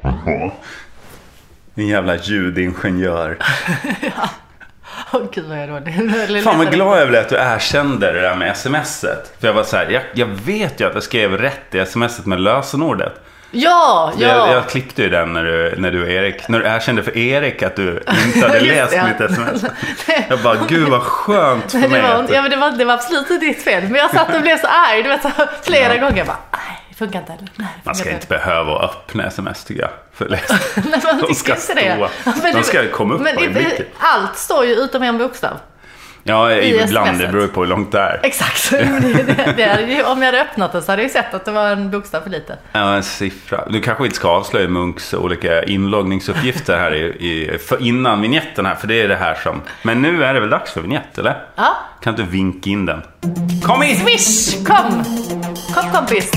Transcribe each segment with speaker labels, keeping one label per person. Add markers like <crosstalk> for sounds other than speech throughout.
Speaker 1: på. En jävla
Speaker 2: <laughs>
Speaker 1: ljudingenjör.
Speaker 2: Åh gud vad jag <laughs> rådde.
Speaker 1: Fan vad glad jag blev att du erkände det där med smset. För jag var så här, jag, jag vet ju att jag skrev rätt i smset med lösenordet.
Speaker 2: Ja, ja.
Speaker 1: Jag, jag klippte ju den när du, när du och Erik, när du erkände för Erik att du inte hade
Speaker 2: Just
Speaker 1: läst
Speaker 2: det, <laughs> ja.
Speaker 1: mitt sms.
Speaker 2: <laughs>
Speaker 1: Jag bara, gud vad skönt för
Speaker 2: Nej,
Speaker 1: mig.
Speaker 2: det, var,
Speaker 1: att-
Speaker 2: ja, men det, var, det var absolut inte ditt fel. Men jag satt och blev så arg. Du vet, så, här, flera gånger. Jag bara, nej, det funkar inte heller. Nej, det
Speaker 1: Man ska
Speaker 2: funkar
Speaker 1: inte behöva öppna sms tycker jag. För läsning.
Speaker 2: <laughs> Nej, man
Speaker 1: De
Speaker 2: tycker
Speaker 1: ska
Speaker 2: inte det.
Speaker 1: stå. De
Speaker 2: du-
Speaker 1: ska komma upp
Speaker 2: men
Speaker 1: på en
Speaker 2: inte-
Speaker 1: bild.
Speaker 2: Allt står ju utom en bokstav.
Speaker 1: Ja,
Speaker 2: I
Speaker 1: ibland. Det
Speaker 2: smset.
Speaker 1: beror ju på hur långt det är.
Speaker 2: Exakt. <laughs> Det, det, det, hade ju- om jag hade öppnat den så hade jag ju sett att det var en bokstav för lite.
Speaker 1: Ja, en siffra. Du kanske inte ska avslöja Munks olika inloggningsuppgifter här i, i, för innan vignetten här, för det är det här som... Men nu är det väl dags för vignett, eller?
Speaker 2: Ja.
Speaker 1: Kan inte vinka in den? Kom in!
Speaker 2: Swish! Kom! Kom kompis!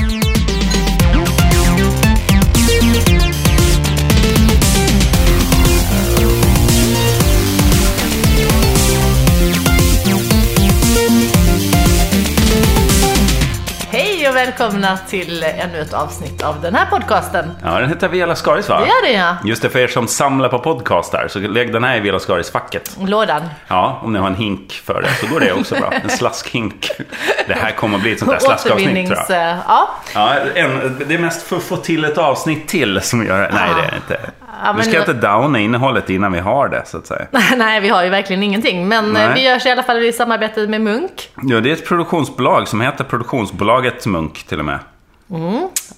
Speaker 2: Hej och välkomna till ännu ett avsnitt av den här podcasten.
Speaker 1: Ja, den heter Vela Skaris va?
Speaker 2: Det gör den ja.
Speaker 1: Just det, för er som samlar på podcastar, så lägg den här i Vela Skaris-facket.
Speaker 2: Lådan.
Speaker 1: Ja, om ni har en hink för det, så går det också bra. En slaskhink. Det här kommer att bli ett
Speaker 2: <laughs>
Speaker 1: sånt där slaskavsnitt tror jag.
Speaker 2: eh, Ja. <laughs>
Speaker 1: Ja, en, det är mest för att få till ett avsnitt till som gör det. Nej, det är det inte.
Speaker 2: Ja,
Speaker 1: vi
Speaker 2: men
Speaker 1: ska
Speaker 2: nu-
Speaker 1: inte downa innehållet innan vi har det, så att säga.
Speaker 2: Nej, vi har ju verkligen ingenting. Men eh,
Speaker 1: Nej.
Speaker 2: vi görs i alla fall i samarbete med Munk.
Speaker 1: Ja, det är ett produktionsbolag som heter Produktionsbolaget Munk till och med.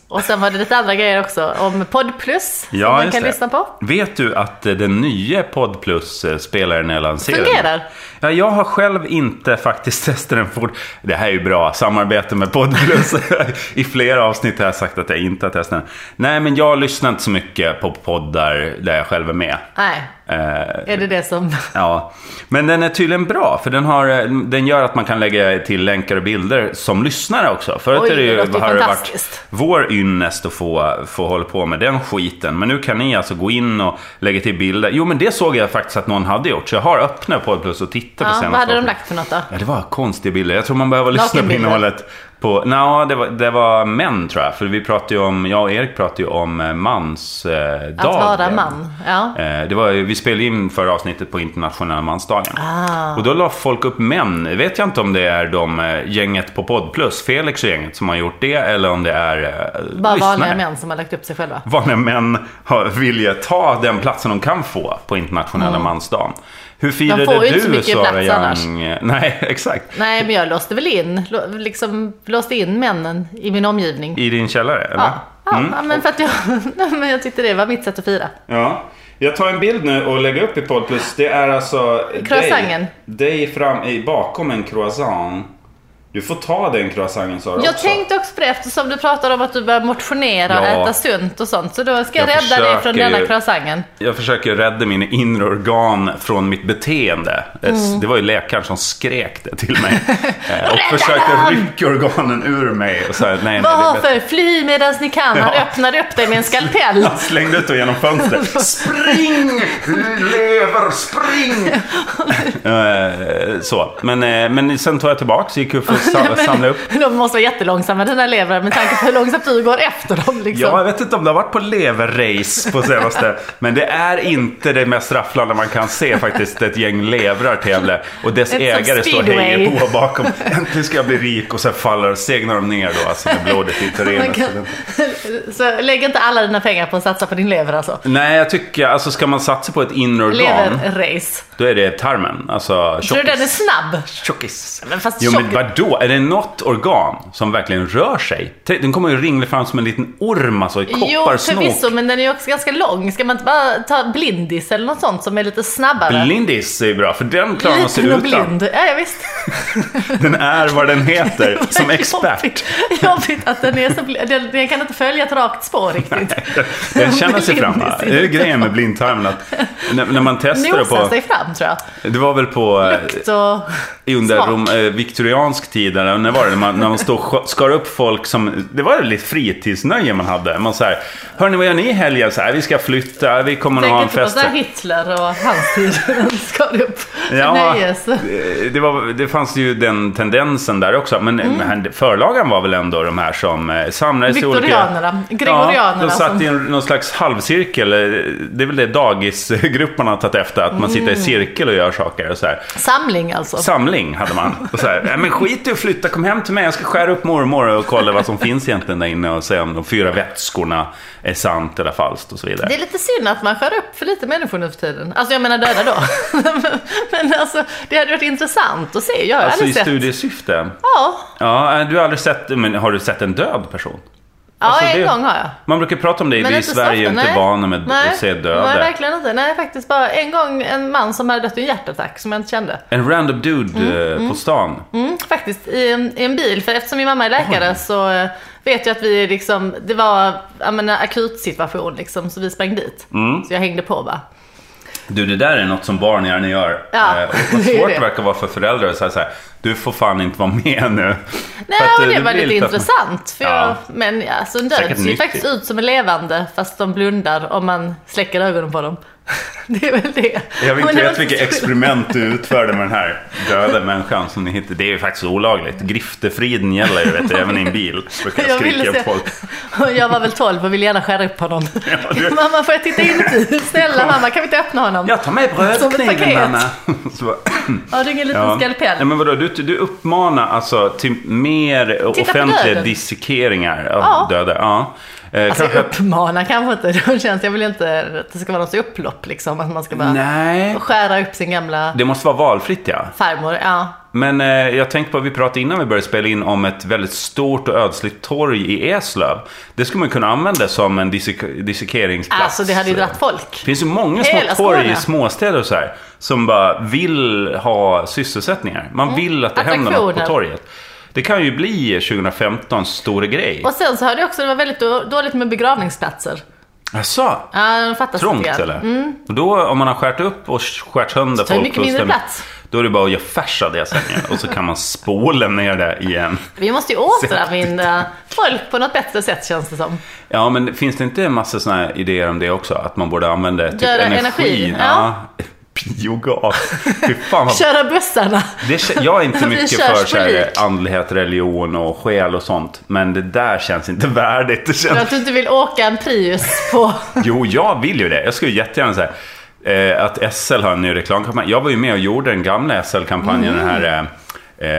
Speaker 2: Och sen var det lite andra grejer också. Om Podd Plus,
Speaker 1: Ja,
Speaker 2: som man
Speaker 1: just
Speaker 2: kan
Speaker 1: det.
Speaker 2: lyssna på.
Speaker 1: Vet du att eh, den nya Podd Plus eh, spelar den här lanseringen?
Speaker 2: Fungerar?
Speaker 1: Ja, jag har själv inte faktiskt <laughs> testat den fort. Det här är ju bra, samarbete med Podd Plus. <laughs> I flera avsnitt har jag sagt att jag inte har testat den. Nej, men jag lyssnar inte så mycket på poddar där jag själv är med.
Speaker 2: Nej,
Speaker 1: Eh,
Speaker 2: är det det som...
Speaker 1: Ja, men den är tydligen bra för den, har, den gör att man kan lägga till länkar och bilder som lyssnare också. Förut
Speaker 2: Oj,
Speaker 1: är det ju,
Speaker 2: det låter ju
Speaker 1: har det varit
Speaker 2: fantastiskt.
Speaker 1: vår ynnest att få, få hålla på med den skiten. Men nu kan ni alltså gå in och lägga till bilder. Jo, men det såg jag faktiskt att någon hade gjort. Så jag har öppnat på Plus och tittat på
Speaker 2: Ja,
Speaker 1: senaste
Speaker 2: vad hade de
Speaker 1: avsnittet.
Speaker 2: lagt för något då?
Speaker 1: Ja, det var konstiga bilder. Jag tror man behöver lyssna på
Speaker 2: Nakenbilder.
Speaker 1: innehållet. På, Nja, det, var, det var män tror jag. För vi pratade ju om, jag och Erik pratade ju om eh, mansdagen.
Speaker 2: Att vara man. Ja.
Speaker 1: Eh, Det var, ju- vi spelade in förra avsnittet på internationella mansdagen.
Speaker 2: Ah.
Speaker 1: Och då la folk upp män. Vet jag inte om det är de eh, gänget på Poddplus, Felix och gänget, som har gjort det. Eller om det är eh,
Speaker 2: Bara
Speaker 1: lyssnare.
Speaker 2: vanliga män som har lagt upp sig själva.
Speaker 1: Vanliga män har- vill ju ta den platsen de kan få på internationella mansdagen. Hur firade
Speaker 2: Mm. får ju inte så
Speaker 1: du
Speaker 2: mycket
Speaker 1: Sara
Speaker 2: plats
Speaker 1: Young? <laughs> Nej, exakt.
Speaker 2: Nej, men jag låste väl in, lo- liksom låste in männen i min omgivning.
Speaker 1: I din källare? Eller?
Speaker 2: Ja, ja, ja
Speaker 1: Mm.
Speaker 2: men för att jag, <laughs> men jag tyckte det var mitt sätt att fira.
Speaker 1: Ja. Jag tar en bild nu och lägger upp i Poddplus. Det är alltså
Speaker 2: Croissanten.
Speaker 1: dig, dig fram, i- bakom en croissant. Du får ta den croissanten Sara
Speaker 2: Jag
Speaker 1: också.
Speaker 2: tänkte också på det eftersom du pratade om att du börjar motionera och
Speaker 1: Ja.
Speaker 2: äta sunt och sånt. Så då ska
Speaker 1: Jag
Speaker 2: jag, rädda dig
Speaker 1: försöker
Speaker 2: från denna
Speaker 1: ju.
Speaker 2: croissanten.
Speaker 1: Jag försöker rädda mina inre organ från mitt beteende. Eh,
Speaker 2: Mm.
Speaker 1: Det var ju läkaren som skrek det till
Speaker 2: <laughs>
Speaker 1: mig. Eh, och försökte rycka organen ur mig. Och så här, nej, nej, det är
Speaker 2: Vad
Speaker 1: bättre."
Speaker 2: för fly medan ni kan. Han
Speaker 1: Ja.
Speaker 2: öppnade upp dig med
Speaker 1: <laughs>
Speaker 2: en skalpell.
Speaker 1: Han slängde ut dem genom
Speaker 2: <laughs>
Speaker 1: fönstret. Spring! Lever,
Speaker 2: <laughs>
Speaker 1: spring! Eh, så. Men, eh, men sen tog jag tillbaks, gick upp för att
Speaker 2: <laughs>
Speaker 1: sa- samla upp.
Speaker 2: De måste vara jättelångsamma dina levrar med tanke på hur långsamt du går efter dem. Liksom.
Speaker 1: Ja, jag vet inte om det har varit på leverrace på senaste. <laughs> men det är inte det mest rafflande man kan se faktiskt. Ett gäng levrar tävla och dess
Speaker 2: Ett som
Speaker 1: ägare står och
Speaker 2: speedway.
Speaker 1: hejar på bakom. Äntligen ska jag bli rik och sen faller och segnar de ner då. Alltså med blodet inte
Speaker 2: <laughs> Man
Speaker 1: renas.
Speaker 2: kan... <laughs> Så lägg inte alla dina pengar på att satsa på din lever alltså.
Speaker 1: Nej, jag tycker, alltså ska man satsa på ett inre organ,
Speaker 2: Leverrace.
Speaker 1: då är det tarmen. Alltså
Speaker 2: Tror du den är
Speaker 1: tjockis.
Speaker 2: snabb?
Speaker 1: Tjockis.
Speaker 2: Men fast
Speaker 1: Jo men
Speaker 2: tjock...
Speaker 1: vadå? Är det något organ som verkligen rör sig? Tänk, Den kommer ju ringla fram som en liten orm alltså i
Speaker 2: Jo,
Speaker 1: kopparsnok.
Speaker 2: förvisso, men den är ju också ganska lång. Ska man inte bara ta blindis eller något sånt som är lite snabbare?
Speaker 1: Blindis är ju bra, för den klarar man sig
Speaker 2: Liten och
Speaker 1: utan.
Speaker 2: blind. Ja, ja, visst.
Speaker 1: Den är vad den
Speaker 2: <laughs>
Speaker 1: heter, som
Speaker 2: Vad
Speaker 1: expert.
Speaker 2: Jobbigt, jobbigt att den är så blind. Den, den kan inte följa ett rakt spår riktigt.
Speaker 1: Den känner sig fram. va?
Speaker 2: Blindis är
Speaker 1: Det är
Speaker 2: inte
Speaker 1: grejen med blindtarmen att när, när man testar det
Speaker 2: Nosar
Speaker 1: på,
Speaker 2: sig fram tror jag.
Speaker 1: det var väl på eh,
Speaker 2: Lukt och
Speaker 1: under
Speaker 2: smak.
Speaker 1: rom, eh, viktoriansk tiderna, när var det? När man, när man stod och skar upp folk som... Det var lite fritidsnöje man hade. Man så här, hörni vad gör ni i helgen? Så här, vi ska flytta, vi kommer att
Speaker 2: Tänk
Speaker 1: ha en
Speaker 2: inte på
Speaker 1: fest.
Speaker 2: så här Hitler och hans tid. skar upp
Speaker 1: Ja, eh,
Speaker 2: ja. nöjes.
Speaker 1: det- det, var, det fanns ju den tendensen där också. Men eh,
Speaker 2: Mm.
Speaker 1: men förlagan var väl ändå de här som eh, samlades i olika...
Speaker 2: Viktorianerna, gregorianerna.
Speaker 1: de satt
Speaker 2: som-
Speaker 1: i en, någon slags halvcirkel. Det är väl det dagisgrupperna har tagit efter, att man
Speaker 2: Mm.
Speaker 1: sitter i cirkel och gör saker. Och så här.
Speaker 2: Samling alltså.
Speaker 1: Samling hade man. Och så här, "Nej, men skit i att flytta, kom hem till mig, jag ska skära upp mormor och kolla vad som finns egentligen där inne och se om de fyra vätskorna är sant eller falskt och så vidare.
Speaker 2: Det är lite synd att man skär upp för lite människor nu för tiden. Alltså jag menar döda då. <laughs> Men alltså det hade varit intressant att se. Jag har
Speaker 1: Alltså i
Speaker 2: aldrig sett.
Speaker 1: studiesyfte.
Speaker 2: Ja,
Speaker 1: Ja, du har aldrig sett, men har du sett en död person?
Speaker 2: ja
Speaker 1: Alltså,
Speaker 2: en
Speaker 1: det-
Speaker 2: gång har jag.
Speaker 1: Man brukar prata om det, vi i
Speaker 2: inte så
Speaker 1: Sverige är
Speaker 2: ofta,
Speaker 1: inte
Speaker 2: nej.
Speaker 1: vana med att se
Speaker 2: Nej,
Speaker 1: döda.
Speaker 2: verkligen inte. Nej, faktiskt bara en gång en man som hade dött i en hjärtattack som jag inte kände.
Speaker 1: En random dude eh, på stan.
Speaker 2: Mm, faktiskt, i en, i en bil. För eftersom min mamma är läkare så eh, vet jag att vi liksom, det var jag menar, akut situation liksom, så vi sprang dit.
Speaker 1: Mm.
Speaker 2: Så jag hängde på bara.
Speaker 1: Du, det där är något som barn gärna gör.
Speaker 2: Ja,
Speaker 1: Eh, och vad
Speaker 2: <laughs> det är
Speaker 1: svårt
Speaker 2: det.
Speaker 1: det verkar vara för föräldrar att säga så här, du får fan inte vara med nu.
Speaker 2: Nej,
Speaker 1: För att,
Speaker 2: men
Speaker 1: eh,
Speaker 2: det
Speaker 1: det
Speaker 2: var
Speaker 1: blir
Speaker 2: lite
Speaker 1: lite att man-
Speaker 2: intressant. För
Speaker 1: Ja.
Speaker 2: jag, men ja, alltså, en död
Speaker 1: Säkert
Speaker 2: ser ju
Speaker 1: nyttigt.
Speaker 2: faktiskt ut som en levande fast de blundar om man släcker ögonen på dem. <laughs> Det är väl det.
Speaker 1: Jag vet
Speaker 2: Men
Speaker 1: inte
Speaker 2: det var
Speaker 1: vet vilka experiment
Speaker 2: <laughs>
Speaker 1: du utförde med den här döda människan som ni hittade. Det är ju faktiskt olagligt. Griftefriden gäller ju vet du, även i en
Speaker 2: <laughs>
Speaker 1: bil. Så kan jag
Speaker 2: Jag ville
Speaker 1: skrika
Speaker 2: se.
Speaker 1: på folk.
Speaker 2: Jag var väl 12 <laughs> och ville gärna skära upp honom.
Speaker 1: Ja, du-
Speaker 2: <laughs> Mamma får jag
Speaker 1: <laughs>
Speaker 2: titta inuti? Snälla mamma kan vi inte öppna honom?
Speaker 1: Jag tar med
Speaker 2: Som ett
Speaker 1: brödkniven
Speaker 2: paket. <laughs>
Speaker 1: mamma. Så bara-
Speaker 2: Har du ingen liten
Speaker 1: Ja,
Speaker 2: skalpell?
Speaker 1: men vadå, du, du uppmanar alltså till mer
Speaker 2: på
Speaker 1: offentliga
Speaker 2: döden.
Speaker 1: dissekeringar av
Speaker 2: Ja.
Speaker 1: döda? Ja. Eh,
Speaker 2: Alltså
Speaker 1: kanske-
Speaker 2: uppmana kanske inte. <laughs> Det känns, jag vill inte att det ska vara något så upplopp liksom. Att man ska bara
Speaker 1: Nej,
Speaker 2: skära upp sin gamla
Speaker 1: det måste vara valfritt ja.
Speaker 2: farmor. Ja.
Speaker 1: Men eh, jag tänkte på, vi pratade innan vi började spela in om ett väldigt stort och ödsligt torg i Eslöv. Det skulle man kunna använda som en dissek- dissekeringsplats.
Speaker 2: Alltså det hade ju dratt folk.
Speaker 1: Det finns ju många små
Speaker 2: Hela Skåne.
Speaker 1: torg i småstäder och så här, som bara vill ha sysselsättningar. Man vill att det händer något på
Speaker 2: Mm. Attraktioner.
Speaker 1: torget. Det kan ju bli 2015 stor grej.
Speaker 2: Och sen så hörde jag också att det var väldigt då- dåligt med begravningsplatser.
Speaker 1: Jaså?
Speaker 2: Ja, de fattas
Speaker 1: Trångt
Speaker 2: lite grann.
Speaker 1: eller? Och då om man har skärt upp och skärt sönder
Speaker 2: tar det
Speaker 1: folk
Speaker 2: mycket
Speaker 1: och
Speaker 2: mindre
Speaker 1: stämmer-
Speaker 2: plats.
Speaker 1: Då är det bara att göra färs av det sen ju. Och så kan man spåla ner det igen.
Speaker 2: Vi måste ju återanvinda folk på något bättre sätt känns det som.
Speaker 1: Ja men finns det inte en massa sådana här idéer om det också? Att man borde använda typ
Speaker 2: Göra
Speaker 1: energi?
Speaker 2: energi,
Speaker 1: Ja. <laughs> Biogas. Fy fan vad
Speaker 2: Köra bussarna.
Speaker 1: <laughs> det, kä- jag är inte
Speaker 2: Vi
Speaker 1: mycket
Speaker 2: körs
Speaker 1: för
Speaker 2: på
Speaker 1: så här,
Speaker 2: lik.
Speaker 1: andlighet, religion och själ och sånt. Men det där känns inte <laughs> värdigt. Det
Speaker 2: För
Speaker 1: känns
Speaker 2: att du inte vill åka en Prius
Speaker 1: <laughs>
Speaker 2: på...
Speaker 1: Jo, jag vill ju det. Jag skulle jättegärna säga eh, att SL har en ny reklamkampanj. Jag var ju med och gjorde den gamla SL-kampanjen. Den här, eh, eh,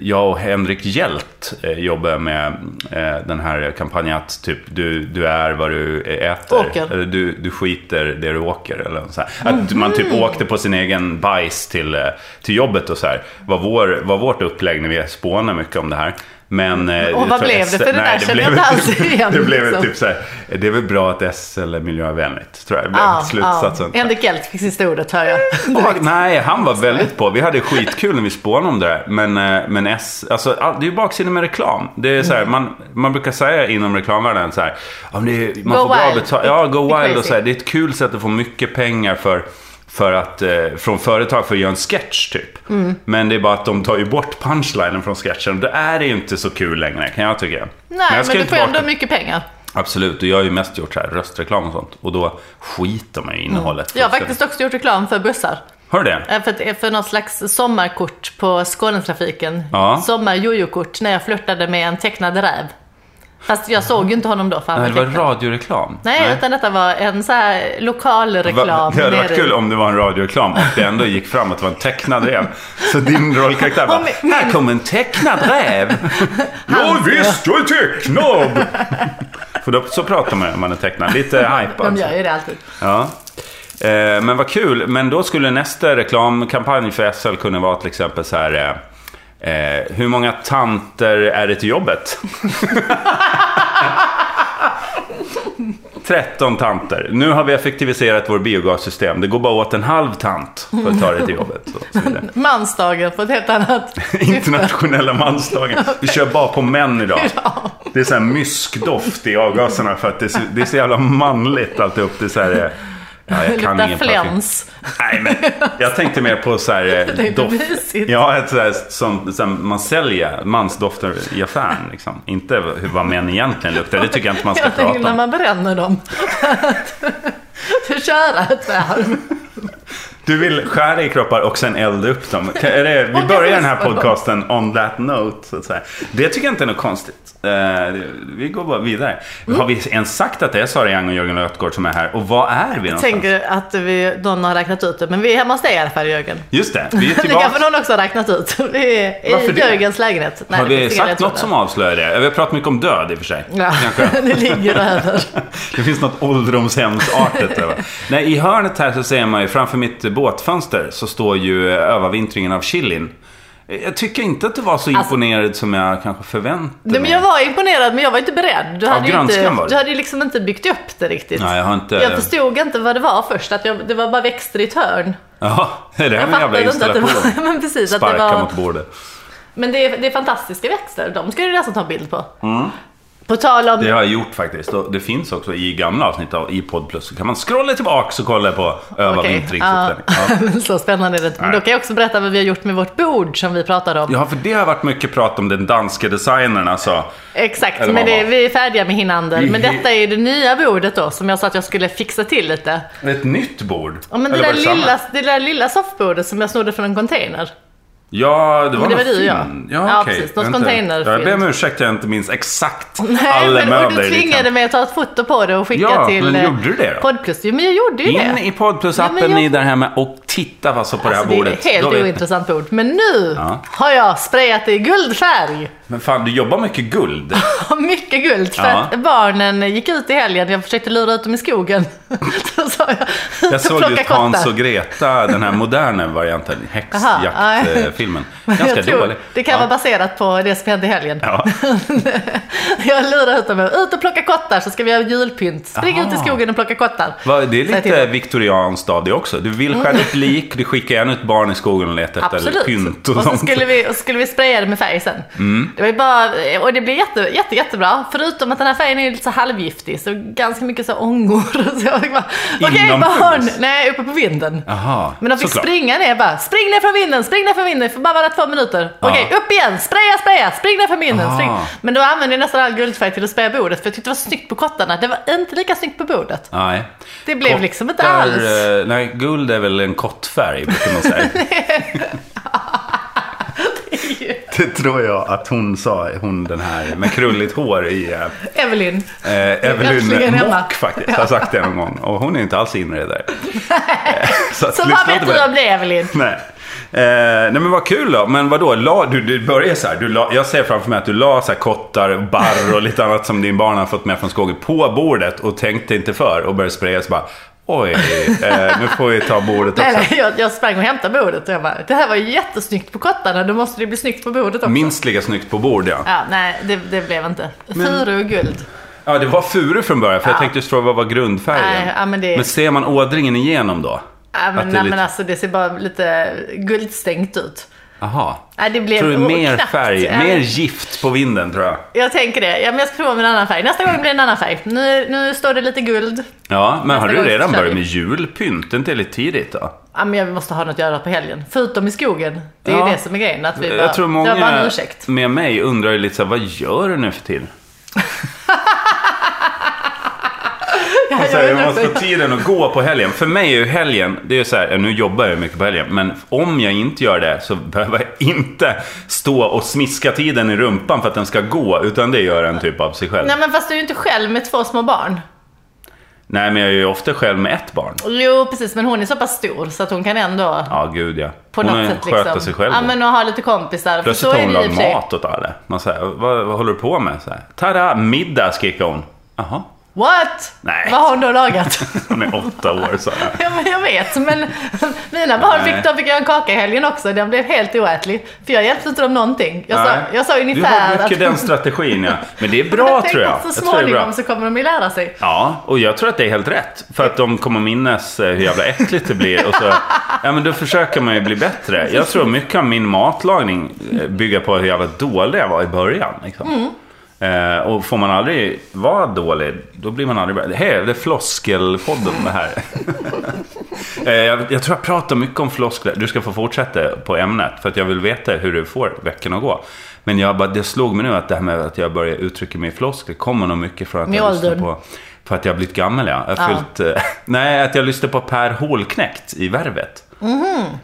Speaker 1: jag och Henrik Hjält eh, jobbar med eh, den här kampanjen att typ du, du är vad du äter.
Speaker 2: Åker.
Speaker 1: Eller du, du skiter det du åker. Eller så här. Att man typ
Speaker 2: Mhm.
Speaker 1: åkte på sin egen bajs till, eh, till jobbet och så här. Var, vår, var vårt upplägg när vi spånade mycket om det här. Men, eh,
Speaker 2: Och vad
Speaker 1: jag tror
Speaker 2: blev det?
Speaker 1: SL
Speaker 2: För det där
Speaker 1: nej,
Speaker 2: känner jag
Speaker 1: blev-
Speaker 2: inte alls igen,
Speaker 1: <laughs> Det blev
Speaker 2: liksom.
Speaker 1: typ så här, det är väl bra att SL är miljövänligt, tror jag. blev
Speaker 2: Ja,
Speaker 1: <laughs> slutsatsen.
Speaker 2: ja. Henrik Hjelt fick sista ordet hör jag.
Speaker 1: Och, nej, han var väldigt på. Vi hade skitkul när vi spånade om det där. Men, eh, men S, alltså, all- det är ju baksidan med reklam. Det är så här,
Speaker 2: Mm.
Speaker 1: man, man brukar säga inom reklamvärlden så här, om det är, man
Speaker 2: Go
Speaker 1: får bra
Speaker 2: wild.
Speaker 1: betalt. Ja, go
Speaker 2: Be
Speaker 1: wild och
Speaker 2: crazy.
Speaker 1: så här, det är ett kul sätt att få mycket pengar för för att, eh, från företag för att göra en sketch typ.
Speaker 2: Mm.
Speaker 1: Men det är bara att de tar ju bort punchlinen från sketchen. Då är det ju inte så kul längre kan jag tycka.
Speaker 2: Nej, men,
Speaker 1: jag ska
Speaker 2: du
Speaker 1: inte
Speaker 2: får
Speaker 1: baka-
Speaker 2: ändå mycket pengar.
Speaker 1: Absolut, och jag har ju mest gjort så här röstreklam och sånt. Och då skiter man i innehållet.
Speaker 2: Jag har Mm. faktiskt också gjort reklam för bussar.
Speaker 1: Har du det?
Speaker 2: Eh, För, att- för något slags sommarkort på Skånetrafiken.
Speaker 1: Ja.
Speaker 2: Sommar-jojo-kort när jag flörtade med en tecknad räv. Fast jag såg ju inte honom då för han
Speaker 1: Nej, det var
Speaker 2: tecknad.
Speaker 1: radioreklam.
Speaker 2: Nej, utan detta var en så här lokal
Speaker 1: Va-
Speaker 2: reklam.
Speaker 1: Det hade varit
Speaker 2: nere i-
Speaker 1: kul om det var en radioreklam och det ändå gick fram att det var en tecknad räv. Så din rollkaraktär bara,
Speaker 2: Om min-
Speaker 1: här kommer en tecknad räv. ja visst, jag är tecknad. För då, så pratar man om man är tecknad. Lite hype
Speaker 2: De
Speaker 1: alltså.
Speaker 2: gör ju det alltid.
Speaker 1: Ja. Eh, men vad kul. Men då skulle nästa reklamkampanj för SL kunna vara till exempel så här. Eh, eh, hur många tanter är det till jobbet? <laughs> 13 tanter. Nu har vi effektiviserat vår biogassystem. Det går bara åt en halv tant för att ta det till jobbet. och Så, vidare.
Speaker 2: Mansdagen på ett helt annat...
Speaker 1: <laughs> Internationella mansdagen. Vi kör bara på män
Speaker 2: <laughs>
Speaker 1: idag. Det är så här myskdoft i avgaserna för att det är så, det är så jävla manligt alltihop. Det är så här, eh, Ja, jag kan
Speaker 2: Luktar
Speaker 1: ingen parfym.
Speaker 2: fläns.
Speaker 1: Nej, men jag tänkte mer på så här eh,
Speaker 2: <laughs> Det är inte
Speaker 1: doft.
Speaker 2: mysigt.
Speaker 1: Ja, ett så här, som, som man säljer mansdofter i affären. Liksom. Inte hur- vad män egentligen luktar. Det tycker jag inte man ska
Speaker 2: Jag tänker
Speaker 1: prata
Speaker 2: när
Speaker 1: om.
Speaker 2: man bränner dem. <laughs> För kära tvär.
Speaker 1: Du vill skära i kroppar och sen elda upp dem. Kan- Är
Speaker 2: <laughs>
Speaker 1: det, vi
Speaker 2: Och
Speaker 1: börjar den här
Speaker 2: kasta dem.
Speaker 1: podcasten on that note. Så att säga. Det tycker jag inte är något konstigt. Eh, det- Vi går bara vidare.
Speaker 2: Mm.
Speaker 1: Har vi ens sagt att det är Sara Young och Jörgen Lötgård som är här? Och vad är vi någonstans?
Speaker 2: Tänker att vi, någon har räknat ut det. Men vi är hemma hos dig i alla fall Jörgen.
Speaker 1: Just det,
Speaker 2: <laughs>
Speaker 1: vi är
Speaker 2: Det kanske
Speaker 1: tillbaka.
Speaker 2: någon också har räknat ut. <laughs> Vi är i
Speaker 1: Varför det?
Speaker 2: Jörgens lägenhet. Nej,
Speaker 1: Har
Speaker 2: det
Speaker 1: vi
Speaker 2: finns inga
Speaker 1: sagt något
Speaker 2: ledtrådar.
Speaker 1: som avslöjar det? Vi har pratat mycket om död i och för sig.
Speaker 2: Ja, <laughs> det
Speaker 1: <laughs>
Speaker 2: ligger över.
Speaker 1: Det finns något ålderdomshemsartet. där, va? Nej, I hörnet här så ser man ju, framför mitt båtfönster så står ju eh, övervintringen av chilin. Eh, Jag tycker inte att du var
Speaker 2: Alltså-
Speaker 1: så imponerad som jag kanske förväntade
Speaker 2: Nej, men jag var imponerad men jag var inte beredd. Du hade, ju
Speaker 1: grönskan
Speaker 2: inte,
Speaker 1: var det.
Speaker 2: du hade ju liksom inte byggt upp det riktigt.
Speaker 1: Nej, jag har inte...
Speaker 2: Jag förstod inte vad det var först, att jag, det var bara växter i ett hörn.
Speaker 1: <laughs> Ja, det är
Speaker 2: Jag
Speaker 1: en jävla
Speaker 2: fattade inte att det
Speaker 1: installation.
Speaker 2: <laughs> var... Men, precis, att det
Speaker 1: Sparka
Speaker 2: var,
Speaker 1: mot bordet.
Speaker 2: men det, är, det är fantastiska växter, de ska du nästan ta en bild på. På tal om
Speaker 1: Mm. Det har jag gjort faktiskt. Och det finns också i gamla avsnitt av i Podd Plus. Så kan man scrolla tillbaka och kolla på övervintringsutställning. Ja.
Speaker 2: Så spännande är det inte. <laughs> Men
Speaker 1: Nej.
Speaker 2: då kan jag också berätta vad vi har gjort med vårt bord som vi pratade om.
Speaker 1: ja, för det har varit mycket prat om den danske designern alltså.
Speaker 2: Exakt,
Speaker 1: Eller
Speaker 2: men
Speaker 1: vad
Speaker 2: det,
Speaker 1: var?
Speaker 2: vi är färdiga med Hinander.
Speaker 1: Vi-
Speaker 2: Men detta är ju det nya bordet då som jag sa att jag skulle fixa till lite.
Speaker 1: Ett nytt bord.
Speaker 2: Ja, men det,
Speaker 1: Eller
Speaker 2: där
Speaker 1: var samma?
Speaker 2: lilla, det där lilla soffbordet som jag snodde från en container.
Speaker 1: Ja, det var
Speaker 2: det
Speaker 1: någon
Speaker 2: var du och jag.
Speaker 1: fin.
Speaker 2: Ja,
Speaker 1: okej.
Speaker 2: precis. Någon
Speaker 1: Vänta.
Speaker 2: container
Speaker 1: Jag ber om
Speaker 2: finns.
Speaker 1: ursäkt, jag inte minns exakt
Speaker 2: <laughs> Nej,
Speaker 1: alla
Speaker 2: men, och
Speaker 1: möbler
Speaker 2: du
Speaker 1: i ditt
Speaker 2: tvingade
Speaker 1: hem.
Speaker 2: mig att ta ett foto på det och skicka
Speaker 1: Ja,
Speaker 2: till
Speaker 1: men
Speaker 2: eh,
Speaker 1: gjorde du det då?
Speaker 2: Podplus. Jo, men jag gjorde ju
Speaker 1: In
Speaker 2: det.
Speaker 1: i Podd Plus-appen,
Speaker 2: Ja, men jag-
Speaker 1: ni där hemma och titta alltså på
Speaker 2: Alltså,
Speaker 1: det
Speaker 2: det
Speaker 1: här
Speaker 2: är
Speaker 1: bordet.
Speaker 2: ett helt
Speaker 1: Då vet ni.
Speaker 2: ointressant bord. Men nu
Speaker 1: Ja.
Speaker 2: har jag sprayat det i guldfärg. <laughs>
Speaker 1: Men fan, du jobbar mycket guld.
Speaker 2: Mycket guld för
Speaker 1: Ja.
Speaker 2: att barnen gick ut i helgen. Jag försökte lura ut dem i skogen. <laughs> Då sa jag,
Speaker 1: Jag såg
Speaker 2: "Plocka
Speaker 1: just Hans
Speaker 2: kottar."
Speaker 1: och Greta, den här moderna varianten,
Speaker 2: <laughs> Jaha, nej.
Speaker 1: häxjaktfilmen.
Speaker 2: Men <laughs> jag
Speaker 1: Ganska
Speaker 2: tror
Speaker 1: dålig.
Speaker 2: Det kan
Speaker 1: Ja.
Speaker 2: vara baserat på det som hände i helgen.
Speaker 1: Ja.
Speaker 2: <laughs> jag lurar ut dem. Ut och plocka kottar så ska vi göra julpynt. Spring
Speaker 1: Aha.
Speaker 2: ut i skogen och plocka kottar.
Speaker 1: Va, Det är
Speaker 2: Säg till
Speaker 1: lite viktorianskt av det också. Du vill skära ett lik, du skickar gärna ett barn i skogen och letar efter
Speaker 2: Absolut.
Speaker 1: pynt
Speaker 2: Och,
Speaker 1: och,
Speaker 2: så
Speaker 1: sånt. Mm.
Speaker 2: skulle vi, och så skulle vi spraya det med färg sen. Det var ju bara, och det blev jätte, jätte, jättebra. Förutom att den här färgen är lite så halvgiftig, så ganska mycket så ångor. <laughs> Så jag fick bara, okej
Speaker 1: Inomhus?
Speaker 2: barn! Nej, uppe på vinden.
Speaker 1: Jaha,
Speaker 2: Men de fick
Speaker 1: såklart.
Speaker 2: springa ner bara. Spring ner från vinden, spring ner från vinden. För bara vara två minuter. Okej, upp igen, spraya, spraya, spring ner från vinden.
Speaker 1: Ah.
Speaker 2: Spring. Men då använde jag nästan all guldfärg till att spraya bordet, för jag tyckte det var snyggt på kottarna. Det var inte lika snyggt på bordet.
Speaker 1: Nej.
Speaker 2: Det blev liksom inte
Speaker 1: Kottar,
Speaker 2: alls.
Speaker 1: <laughs> eh, Nej, guld är väl en kottfärg, brukar man
Speaker 2: <laughs>
Speaker 1: säga. det tror jag att hon sa, hon den här med krulligt hår i eh,
Speaker 2: Evelyn.
Speaker 1: Eh,
Speaker 2: Äntligen
Speaker 1: Evelyn
Speaker 2: hemma.
Speaker 1: Mock faktiskt har sagt det någon gång och hon är inte alls
Speaker 2: <laughs>
Speaker 1: inredare. Eh, <laughs> Så, att
Speaker 2: Så
Speaker 1: lyssna
Speaker 2: vad vet
Speaker 1: inte på
Speaker 2: du
Speaker 1: det.
Speaker 2: om det Evelyn?
Speaker 1: Nej. Eh, nej men vad kul då. Men vadå, la, du, du börjar så här. Du la, jag ser framför mig att du la så här kottar, barr och lite annat som din barn har fått med från skogen på bordet och tänkte inte för och började spraya så bara Oj, eh, nu får vi ta
Speaker 2: <laughs>
Speaker 1: bordet
Speaker 2: Nej,
Speaker 1: också.
Speaker 2: nej, jag, jag sprang och hämtade bordet och jag bara, det här var ju jättesnyggt på kottarna, då måste det bli snyggt på bordet också.
Speaker 1: Minst lika snyggt på bord ja.
Speaker 2: Ja, nej, det, det blev inte. Furu och guld.
Speaker 1: Ja, det var furu från början för jag
Speaker 2: Ja.
Speaker 1: tänkte just fråga vad var grundfärgen?
Speaker 2: Nej, ja, men det-
Speaker 1: men ser man ådringen igenom då?
Speaker 2: Ja, men,
Speaker 1: Att det är
Speaker 2: nej,
Speaker 1: lite-
Speaker 2: men alltså det ser bara lite guldstängt ut.
Speaker 1: Aha.
Speaker 2: Nej, det blev
Speaker 1: Tror du
Speaker 2: och
Speaker 1: mer
Speaker 2: knappt.
Speaker 1: färg,
Speaker 2: Ja,
Speaker 1: mer gift på vinden tror jag.
Speaker 2: Jag tänker det. Ja, men jag ska prova med en annan färg. Nästa gång blir det en annan färg. Nu, nu står det lite guld.
Speaker 1: Ja, men har du
Speaker 2: gång så
Speaker 1: redan
Speaker 2: kör
Speaker 1: börjat
Speaker 2: vi.
Speaker 1: med julpynt? Är inte det lite tidigt då?
Speaker 2: Ja, men jag måste ha något att göra på helgen. Förutom i skogen. Det är
Speaker 1: Ja.
Speaker 2: ju det som är grejen. Att vi bara,
Speaker 1: Eh, Jag tror många
Speaker 2: Det var bara en ursäkt.
Speaker 1: med mig undrar ju lite så här, vad gör du nu för tiden?
Speaker 2: <laughs> Jag,
Speaker 1: Så här, jag
Speaker 2: undrar
Speaker 1: måste
Speaker 2: också-
Speaker 1: få tiden att gå på helgen. För mig är ju helgen, det är ju så här, nu jobbar jag ju mycket på helgen, men om jag inte gör det så behöver jag inte stå och smiska tiden i rumpan för att den ska gå, utan det gör en typ av sig själv. Nej,
Speaker 2: Nej men fast du är ju inte själv med två små barn.
Speaker 1: men jag är ju ofta själv med ett barn.
Speaker 2: Jo precis men hon är så pass stor så att hon kan ändå
Speaker 1: Ja, gud ja.
Speaker 2: på
Speaker 1: Hon
Speaker 2: något
Speaker 1: har-
Speaker 2: sätt
Speaker 1: sköter
Speaker 2: liksom.
Speaker 1: sig själv.
Speaker 2: Ja
Speaker 1: då.
Speaker 2: men och ha lite kompisar. För
Speaker 1: Plötsligt
Speaker 2: så
Speaker 1: har
Speaker 2: är
Speaker 1: hon
Speaker 2: det i och
Speaker 1: lagat
Speaker 2: för sig.
Speaker 1: mat åt alla. Man säger, vad, vad håller du på med? Så här, Tada, middag skriker hon. Jaha.
Speaker 2: What?
Speaker 1: Nej.
Speaker 2: Vad har hon då lagat? <laughs>
Speaker 1: Hon är åtta år så här.
Speaker 2: Ja, men jag vet, men <laughs> mina barn
Speaker 1: Nej.
Speaker 2: fick, de fick göra en kaka i helgen också. Den blev helt oätlig. För jag hjälpte inte dem någonting. Jag sa,
Speaker 1: Nej.
Speaker 2: jag sa
Speaker 1: Du har
Speaker 2: ungefär
Speaker 1: mycket den strategin ja. Men det är
Speaker 2: <laughs>
Speaker 1: bra tror jag.
Speaker 2: Så
Speaker 1: jag tror det är bra.
Speaker 2: småningom så kommer de ju lära sig.
Speaker 1: Ja, och jag tror att det är helt rätt. För att de kommer minnas eh, hur jävla äckligt det blir. Och så, ja, men då försöker man ju bli bättre.
Speaker 2: Mm.
Speaker 1: Jag tror mycket av min matlagning eh, bygger på hur jävla dålig jag var i början. Liksom. Eh, och får man aldrig vara dålig, då blir man aldrig bra. Hej, det är floskelpodden det här.
Speaker 2: <laughs>
Speaker 1: eh, jag, jag tror jag pratar mycket om floskler. Du ska få fortsätta på ämnet, för att jag vill veta hur du får veckan att gå. Men jag bara, det slog mig nu att det här med att jag börjar uttrycka mig i floskler kommer nog mycket från att
Speaker 2: Med
Speaker 1: jag lyssnar
Speaker 2: åldern.
Speaker 1: på... För att jag har blivit gammal, ja. Jag har
Speaker 2: Ja.
Speaker 1: fyllt, eh, <laughs> nej, att jag lyssnar på Per Hålknekt i Värvet.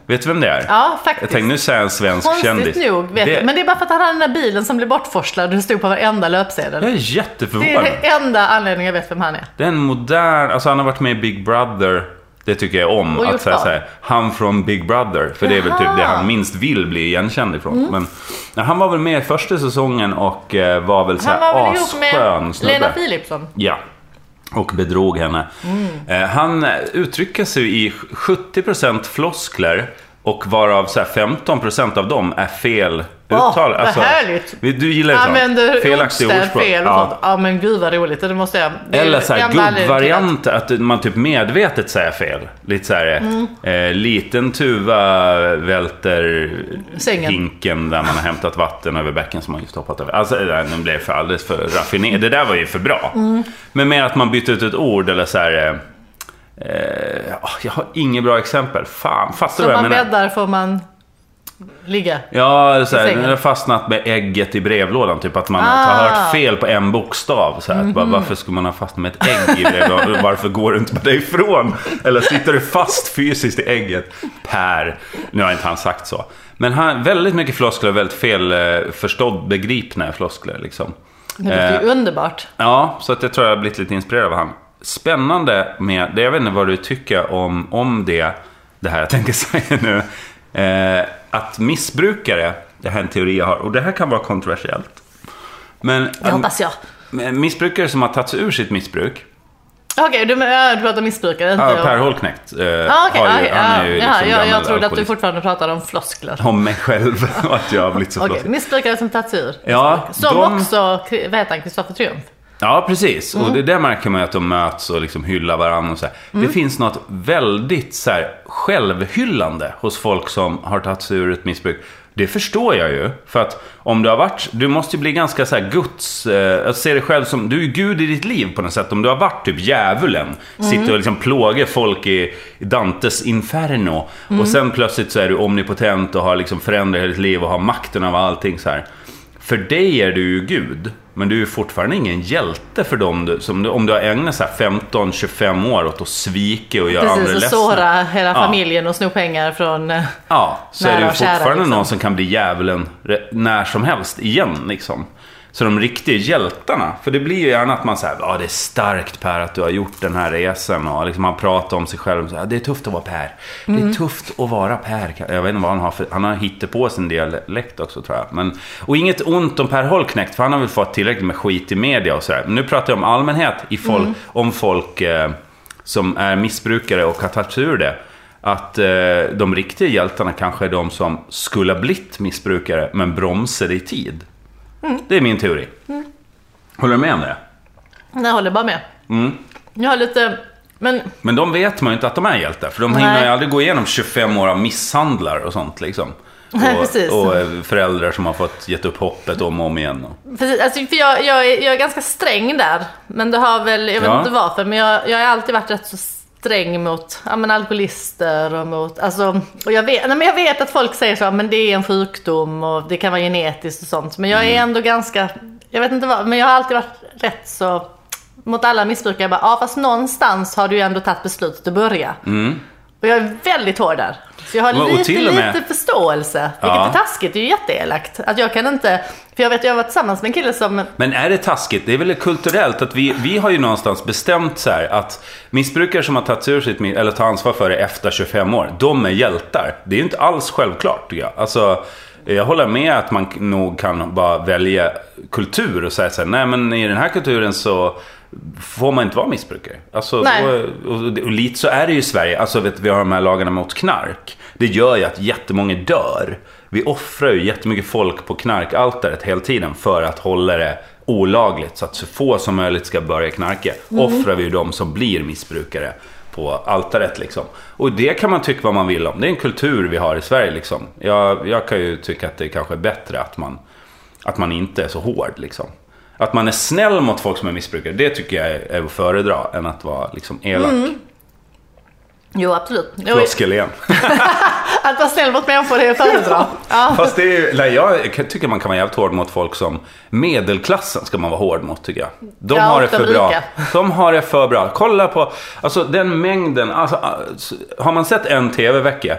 Speaker 1: Vet du vem det är?
Speaker 2: Mhm. Ja,
Speaker 1: Jag
Speaker 2: faktiskt.
Speaker 1: tänkte, nu säger jag en svensk kändis.
Speaker 2: Konstigt nog. Vet jag. Men det är bara för att han hade den där bilen som blev bortforslad och det stod på varenda löpsedel.
Speaker 1: Jag är
Speaker 2: Det är
Speaker 1: jätteförvånad.
Speaker 2: den enda anledningen jag vet vem han är.
Speaker 1: Det är en modern, alltså han har varit med i Big Brother. Det tycker jag om.
Speaker 2: Och
Speaker 1: att
Speaker 2: gjort
Speaker 1: säga
Speaker 2: vad?
Speaker 1: så här, han från Big Brother. För det är väl typ
Speaker 2: Jaha. Mm.
Speaker 1: det han minst vill bli igenkänd ifrån. Men, nej, han var väl med i första säsongen och eh, var väl så
Speaker 2: Han
Speaker 1: här
Speaker 2: var väl ihop
Speaker 1: asskön
Speaker 2: med
Speaker 1: snubbe.
Speaker 2: Lena Mm. Philipsson.
Speaker 1: Ja. Och bedrog henne. Eh, han uttrycker sig i 70% floskler och varav så här 15% av dem är fel
Speaker 2: Åh,
Speaker 1: uttal. alltså,
Speaker 2: vad härligt.
Speaker 1: Du gillar ju sånt.
Speaker 2: Använder
Speaker 1: Felaktiga
Speaker 2: ordstäv
Speaker 1: ordspråk.
Speaker 2: fel och
Speaker 1: Ja.
Speaker 2: sånt. Ja men gud vad roligt. Det måste jag. det är
Speaker 1: Eller så här
Speaker 2: enda anledningen till att-
Speaker 1: gubbvariant, att man typ medvetet säger fel. Lite så här,
Speaker 2: Mm.
Speaker 1: eh, liten tuva välter
Speaker 2: Sängen.
Speaker 1: hinken där man har hämtat vatten över bäcken som man just hoppat över. Alltså, det där, nu blev för alldeles för raffinerat. Det där var ju för bra.
Speaker 2: Mm.
Speaker 1: Men mer att man byter ut ett ord eller så här... eh, Eh, ah, jag har inget bra exempel. Fan, fattar du
Speaker 2: Som
Speaker 1: vad jag
Speaker 2: man
Speaker 1: menar?
Speaker 2: bäddar får man ligga.
Speaker 1: Ja, eller så här,
Speaker 2: I sängen.
Speaker 1: den har fastnat med ägget i brevlådan. Typ att man har hört fel på en bokstav. Så här, att bara, varför skulle man ha fastnat med ett ägg i brevlådan? Varför går du inte med dig ifrån? Eller sitter du fast fysiskt i ägget? Per. Nu har inte han sagt så. Men han, väldigt mycket floskler och väldigt fel eh, förstådd, begripna floskler. Liksom.
Speaker 2: Det låter ju underbart.
Speaker 1: Ja, så att jag tror jag har blivit lite inspirerad av han. Spännande med, det jag vet inte vad du tycker om, om det, det här jag tänker <laughs> säga nu. Eh, att missbrukare, det här är en teori jag har, och det här kan vara kontroversiellt. Men eh,
Speaker 2: Det hoppas jag.
Speaker 1: men missbrukare som har tagit sig ur sitt missbruk,
Speaker 2: Okej, du, men- ja, du pratar missbrukare, inte
Speaker 1: ja,
Speaker 2: jag.
Speaker 1: Per Holknekt, eh,
Speaker 2: Ja, okej,
Speaker 1: har ju,
Speaker 2: ja,
Speaker 1: han är ju
Speaker 2: ja,
Speaker 1: liksom
Speaker 2: ja, jag, jag
Speaker 1: gammal
Speaker 2: trodde att du
Speaker 1: alkoholist.
Speaker 2: fortfarande pratade om floskler.
Speaker 1: Om mig själv <laughs> och att jag har blivit så
Speaker 2: Okej,
Speaker 1: flåsig.
Speaker 2: missbrukare som tagits ur.
Speaker 1: Ja,
Speaker 2: Som
Speaker 1: de-
Speaker 2: också, vad heter han, Kristoffer Triumf?
Speaker 1: Ja, precis. Och det där märker man ju att de möts och liksom hyllar varandra. Och så här. Det finns något väldigt så här, självhyllande hos folk som har tagit sig ur ett missbruk. Det förstår jag ju. För att om du har varit, du måste ju bli ganska så här Guds, eh, att se dig själv som, du är ju Gud i ditt liv på något sätt. Om du har varit typ djävulen, sitter och liksom plågar folk i i Dantes inferno. Och sen plötsligt så är du omnipotent och har liksom förändrat hela ditt liv och har makten över allting så här. För dig är du ju Gud, men du är ju fortfarande ingen hjälte för dem du, som du, om du har ägnat så här 15-25 år åt att svika och göra andra
Speaker 2: Precis, och
Speaker 1: ledsna.
Speaker 2: såra hela
Speaker 1: Ja.
Speaker 2: familjen och sno pengar från... eh,
Speaker 1: Ja, så är
Speaker 2: Nära
Speaker 1: det ju
Speaker 2: och kära,
Speaker 1: fortfarande
Speaker 2: liksom.
Speaker 1: någon som kan bli djävulen re- när som helst igen liksom. Så de riktiga hjältarna, för det blir ju gärna att man säger ja det är starkt Per att du har gjort den här resan och liksom han pratar om sig själv så här, det är tufft att vara Per. Det
Speaker 2: Mm.
Speaker 1: är tufft att vara Per. Jag vet inte vad han har för, han har hittat på sin dialekt också tror jag. Men, och inget ont om Per Holknekt för han har väl fått tillräckligt med skit i media och sådär. Men nu pratar jag om allmänhet, i folk,
Speaker 2: Mm.
Speaker 1: om folk eh, som är missbrukare och har tagit sig ur det. Att eh, de riktiga hjältarna kanske är de som skulle ha blivit missbrukare men bromsade i tid.
Speaker 2: Mm.
Speaker 1: Det är min teori. Håller du med om det?
Speaker 2: Jag håller bara med.
Speaker 1: Mm.
Speaker 2: Jag har lite... Men
Speaker 1: Men de vet man ju inte att de är hjältar för de
Speaker 2: Nej.
Speaker 1: hinner ju aldrig gå igenom 25 år av misshandlar och sånt liksom.
Speaker 2: Nej, precis.
Speaker 1: och, och eh, föräldrar som har fått gett upp hoppet om och om igen. Och.
Speaker 2: Precis, alltså för jag, jag, är, jag är ganska sträng där. Men det har väl, jag vet
Speaker 1: Ja.
Speaker 2: inte varför, men jag, jag har alltid varit rätt så sträng mot ja, men alkoholister och mot, alltså, och jag vet, nej, men jag vet att folk säger så, men det är en sjukdom och det kan vara genetiskt och sånt. Men jag är
Speaker 1: Mm.
Speaker 2: ändå ganska, jag vet inte vad, men jag har alltid varit rätt så, mot alla missbrukare, jag bara, ja fast någonstans har du ju ändå tagit beslutet att börja. Och jag är väldigt hård där. Så jag har
Speaker 1: Mm. Och- och
Speaker 2: lite,
Speaker 1: till och med-
Speaker 2: lite förståelse. Vilket
Speaker 1: Ja.
Speaker 2: är taskigt, det är ju jätteelakt. Att jag kan inte, för jag vet jag har varit tillsammans med en kille som
Speaker 1: Men är det taskigt? Det är väl kulturellt att vi, vi har ju någonstans bestämt så här att missbrukare som har tagit sig ur sitt mi- eller tar ansvar för det efter 25 år, de är hjältar. Det är ju inte alls självklart tycker jag. Alltså, jag håller med att man k- nog kan bara välja kultur och säga så här, nej men i den här kulturen så får man inte vara missbrukare. Alltså,
Speaker 2: Nej.
Speaker 1: då, och, och, och lite så är det ju i Sverige. Alltså vet, du, vi har de här lagarna mot knark. Det gör ju att jättemånga dör. Vi offrar ju jättemycket folk på knarkaltaret hela tiden för att hålla det olagligt. Så att så få som möjligt ska börja knarka. Offrar vi ju de som blir missbrukare på altaret liksom. Och det kan man tycka vad man vill om. Det är en kultur vi har i Sverige liksom. Jag, jag kan ju tycka att det kanske är bättre att man, att man inte är så hård liksom. Att man är snäll mot folk som är missbrukare, det tycker jag är är att föredra än att vara liksom elak.
Speaker 2: Jo, absolut. Jo,
Speaker 1: Floskel igen.
Speaker 2: <laughs> att vara snäll mot människor är att föredra. Ja.
Speaker 1: Fast det är ju, nej, jag tycker man kan vara jävligt hård mot folk som medelklassen ska man vara hård mot tycker jag. De
Speaker 2: Ja,
Speaker 1: har
Speaker 2: och
Speaker 1: det
Speaker 2: de
Speaker 1: för bra.
Speaker 2: rika.
Speaker 1: De har det för bra. Kolla på, alltså den mängden, alltså, alltså, har man sett en tv-vecka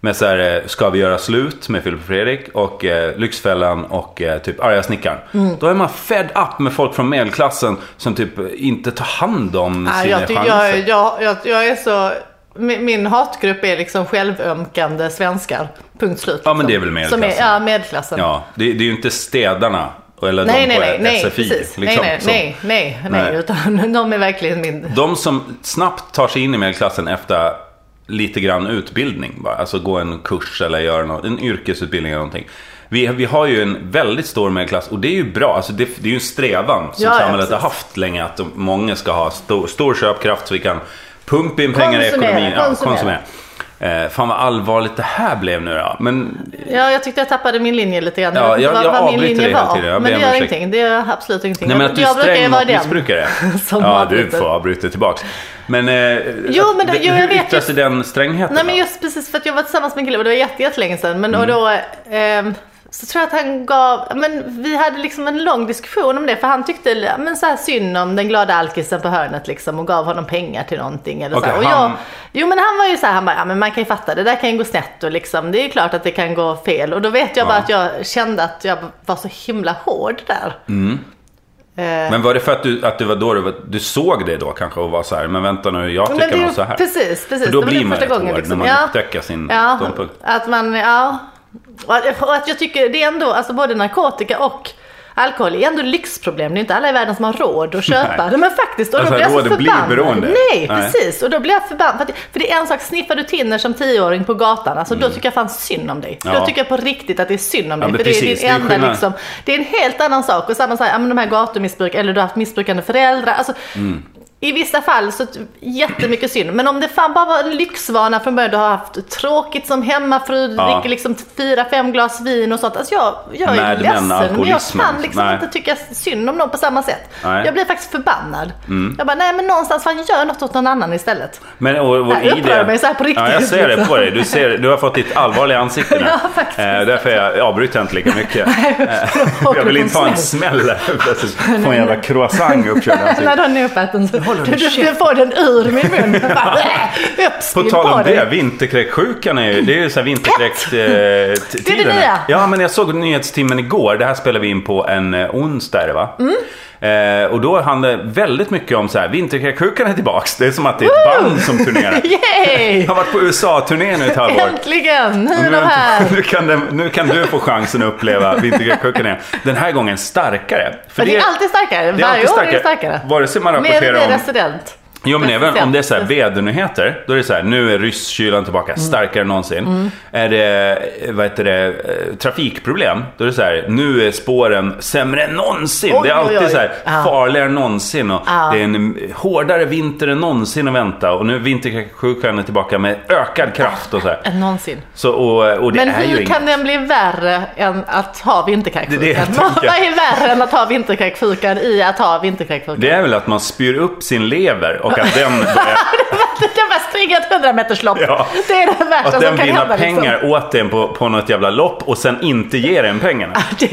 Speaker 1: med så här, eh, Ska vi göra slut med Filip och Fredrik och eh, Lyxfällan och eh, typ Arga snickaren.
Speaker 2: Mm.
Speaker 1: Då är man fed up med folk från medelklassen som typ inte tar hand om
Speaker 2: Nej,
Speaker 1: sina
Speaker 2: jag, tycker,
Speaker 1: chanser.
Speaker 2: jag, jag, jag, jag är så... Min, min hatgrupp är liksom självömkande svenskar. Punkt slut.
Speaker 1: Ja, men det är väl
Speaker 2: Som
Speaker 1: medelklassen.
Speaker 2: ja, medelklassen.
Speaker 1: Ja, det, det är ju inte städarna eller
Speaker 2: Nej,
Speaker 1: de
Speaker 2: nej,
Speaker 1: på
Speaker 2: nej,
Speaker 1: SFI.
Speaker 2: nej, precis.
Speaker 1: liksom,
Speaker 2: nej,
Speaker 1: som-
Speaker 2: nej, nej, nej,
Speaker 1: Nej.
Speaker 2: nej, utan <laughs> de är verkligen min...
Speaker 1: De som snabbt tar sig in i medelklassen efter lite grann utbildning. Bara. Alltså gå en kurs eller göra något, en yrkesutbildning eller någonting. Vi, vi har ju en väldigt stor medelklass och det är ju bra. Alltså det, det är ju en strävan som
Speaker 2: Ja, ja,
Speaker 1: samhället har
Speaker 2: precis.
Speaker 1: haft länge. Att de, många ska ha stor, stor köpkraft så vi kan pumpa in pengar i
Speaker 2: Konsumera,
Speaker 1: ekonomin. Ja,
Speaker 2: konsumera.
Speaker 1: konsumera. Eh, fan vad allvarligt det här blev nu då. Men
Speaker 2: Ja, jag tyckte jag tappade min linje lite grann.
Speaker 1: Ja,
Speaker 2: vet inte
Speaker 1: jag-
Speaker 2: vad-
Speaker 1: jag
Speaker 2: vad min
Speaker 1: avbryter
Speaker 2: linje
Speaker 1: dig hela
Speaker 2: var.
Speaker 1: tiden, jag ber
Speaker 2: men det
Speaker 1: om
Speaker 2: gör
Speaker 1: ursäkt.
Speaker 2: ingenting. Det gör absolut ingenting.
Speaker 1: nej, men att du är
Speaker 2: jag brukar ju
Speaker 1: sträng
Speaker 2: vara
Speaker 1: mot
Speaker 2: den.
Speaker 1: missbrukare.
Speaker 2: <laughs> Som
Speaker 1: ja, du
Speaker 2: avbryter.
Speaker 1: får avbryta tillbaks. Men, eh,
Speaker 2: Jo, men det-
Speaker 1: hur
Speaker 2: jo, jag vet
Speaker 1: yttrar
Speaker 2: ju-
Speaker 1: sig den strängheten?
Speaker 2: Nej
Speaker 1: då?
Speaker 2: men just precis för att jag var tillsammans med en kille och det var jätte, jättelänge sedan. Men och
Speaker 1: Mm.
Speaker 2: då ehm, så tror jag att han gav, men vi hade liksom en lång diskussion om det för han tyckte ja, men så här synd om den glada alkisen på hörnet liksom och gav honom pengar till någonting eller
Speaker 1: Okej,
Speaker 2: så. här. Och
Speaker 1: han-
Speaker 2: jag, jo men han var ju så här, han bara, ja men man kan ju fatta det där kan ju gå snett och liksom det är ju klart att det kan gå fel. Och då vet jag
Speaker 1: Ja.
Speaker 2: bara att jag kände att jag var så himla hård där.
Speaker 1: Mm.
Speaker 2: Eh,
Speaker 1: Men var det för att du, att du var då du, var, du såg det då kanske och var så här, men vänta nu, jag
Speaker 2: Men det
Speaker 1: tycker
Speaker 2: är
Speaker 1: nog
Speaker 2: ju-
Speaker 1: så här.
Speaker 2: Precis, precis.
Speaker 1: För då
Speaker 2: Det var
Speaker 1: blir
Speaker 2: det
Speaker 1: man
Speaker 2: första
Speaker 1: rätt hård
Speaker 2: gången,
Speaker 1: när
Speaker 2: liksom.
Speaker 1: man
Speaker 2: Ja.
Speaker 1: upptäcker sin ståndpunkt.
Speaker 2: Att man, ja. Och att- Och att jag tycker det är ändå, alltså både narkotika och alkohol är ändå lyxproblem. Det är inte alla i världen som har råd att köpa.
Speaker 1: Nej.
Speaker 2: Nej. Men faktiskt, och då
Speaker 1: Alltså,
Speaker 2: blir jag så
Speaker 1: råd blir
Speaker 2: förbannad.
Speaker 1: beroende.
Speaker 2: Nej,
Speaker 1: Nej.
Speaker 2: precis. Och då blir jag förbannad. För, att, för det är en sak, sniffar du tinner som tioåring på gatan, alltså då tycker jag fan synd om dig.
Speaker 1: Mm. Ja.
Speaker 2: Då tycker jag på riktigt att det är synd om
Speaker 1: Ja,
Speaker 2: dig.
Speaker 1: men
Speaker 2: för det är
Speaker 1: precis.
Speaker 2: din
Speaker 1: Det är
Speaker 2: enda
Speaker 1: skillnad.
Speaker 2: liksom, det är en helt annan sak. Och samma sak, ja, men de här gatumissbruk, eller du har haft missbrukande föräldrar. Alltså,
Speaker 1: Mm.
Speaker 2: I vissa fall så t- jättemycket synd. Men om det fan bara var en lyxvana från början, du har haft tråkigt som hemmafru, du
Speaker 1: Ja.
Speaker 2: dricker liksom fyra, fem glas vin och sånt. Alltså jag, jag är
Speaker 1: Mad
Speaker 2: ledsen,
Speaker 1: men,
Speaker 2: men jag
Speaker 1: alkoholismen.
Speaker 2: kan liksom
Speaker 1: Nej.
Speaker 2: inte tycka synd om någon på samma sätt.
Speaker 1: Nej. Mm.
Speaker 2: Jag blir faktiskt förbannad. Jag bara, nej men någonstans, fan gör något åt någon annan istället.
Speaker 1: Men och, och
Speaker 2: Nej,
Speaker 1: i
Speaker 2: jag upprör
Speaker 1: det-
Speaker 2: mig så här på riktigt,
Speaker 1: Ja, jag ser det
Speaker 2: liksom.
Speaker 1: på dig. Du, ser, du har fått ditt allvarliga ansikte nu.
Speaker 2: <laughs> Ja, faktiskt.
Speaker 1: Eh, därför jag avbryter inte lika mycket. Eh, jag vill inte ha en smäll.
Speaker 2: <laughs>
Speaker 1: Plötsligt Få en jävla croissant uppkörd i
Speaker 2: När
Speaker 1: ansiktet.
Speaker 2: den är uppäten så
Speaker 1: Alltså, håller
Speaker 2: du,
Speaker 1: du
Speaker 2: <laughs> du, du
Speaker 1: käften.
Speaker 2: får den ur min
Speaker 1: <laughs>
Speaker 2: mun. Bara, äh,
Speaker 1: På
Speaker 2: uppspill
Speaker 1: tal om
Speaker 2: dig.
Speaker 1: det, vinterkräksjukan är ju, det är ju så här eh,
Speaker 2: Det är det
Speaker 1: vinterkräktiden.
Speaker 2: nya.
Speaker 1: ja, men jag såg nyhetstimmen igår. Det här spelar vi in på en eh, onsdag, är det va?
Speaker 2: Mm.
Speaker 1: Eh, och då handlar det väldigt mycket om så här, vinterkräksjukan är tillbaks. Det är som att det är ett band som
Speaker 2: <laughs>
Speaker 1: turnerar.
Speaker 2: Yay!
Speaker 1: Jag har varit på USA-turné nu ett halvår.
Speaker 2: Äntligen! Nu är
Speaker 1: Nu,
Speaker 2: de här.
Speaker 1: <laughs> nu, kan den, nu kan du få chansen att uppleva vinterkräksjukan igen. Den här gången starkare. För
Speaker 2: Men det är alltid starkare.
Speaker 1: det är
Speaker 2: Varje
Speaker 1: alltid
Speaker 2: år är det starkare.
Speaker 1: Vare sig man
Speaker 2: Mer och
Speaker 1: rapporterar
Speaker 2: mer
Speaker 1: om...
Speaker 2: resident.
Speaker 1: Jo men även
Speaker 2: President.
Speaker 1: om det är så här vädernyheter, då är det så här, nu är rysskylan tillbaka,
Speaker 2: Mm.
Speaker 1: starkare än någonsin. Är det, vad heter det, eh, trafikproblem, då är det så här, nu är spåren sämre än någonsin.
Speaker 2: Oj,
Speaker 1: det är
Speaker 2: oj,
Speaker 1: alltid
Speaker 2: oj.
Speaker 1: så här,
Speaker 2: Ja.
Speaker 1: farligare än någonsin och
Speaker 2: Ja.
Speaker 1: det är en hårdare vinter än någonsin att vänta och nu är vinterkräksjukan tillbaka med ökad kraft och så här.
Speaker 2: Än någonsin.
Speaker 1: Så, och, och det
Speaker 2: Men
Speaker 1: är ju
Speaker 2: hur
Speaker 1: inget.
Speaker 2: kan den bli värre än att ha vinterkräksjukan?
Speaker 1: Det är det jag
Speaker 2: <laughs> Vad
Speaker 1: tänker.
Speaker 2: vad är värre än att ha vinterkräksjukan i att ha vinterkräksjukan?
Speaker 1: Det är väl att man spyr upp sin lever och att den,
Speaker 2: <laughs>
Speaker 1: börjar,
Speaker 2: Det kan bara springa ett 100 meters lopp.
Speaker 1: Ja.
Speaker 2: Det är det värsta
Speaker 1: att
Speaker 2: som
Speaker 1: den
Speaker 2: kan
Speaker 1: vinner
Speaker 2: hända. liksom.
Speaker 1: pengar åt en på, på något jävla lopp och sen inte ger en pengarna.
Speaker 2: Liksom. <laughs>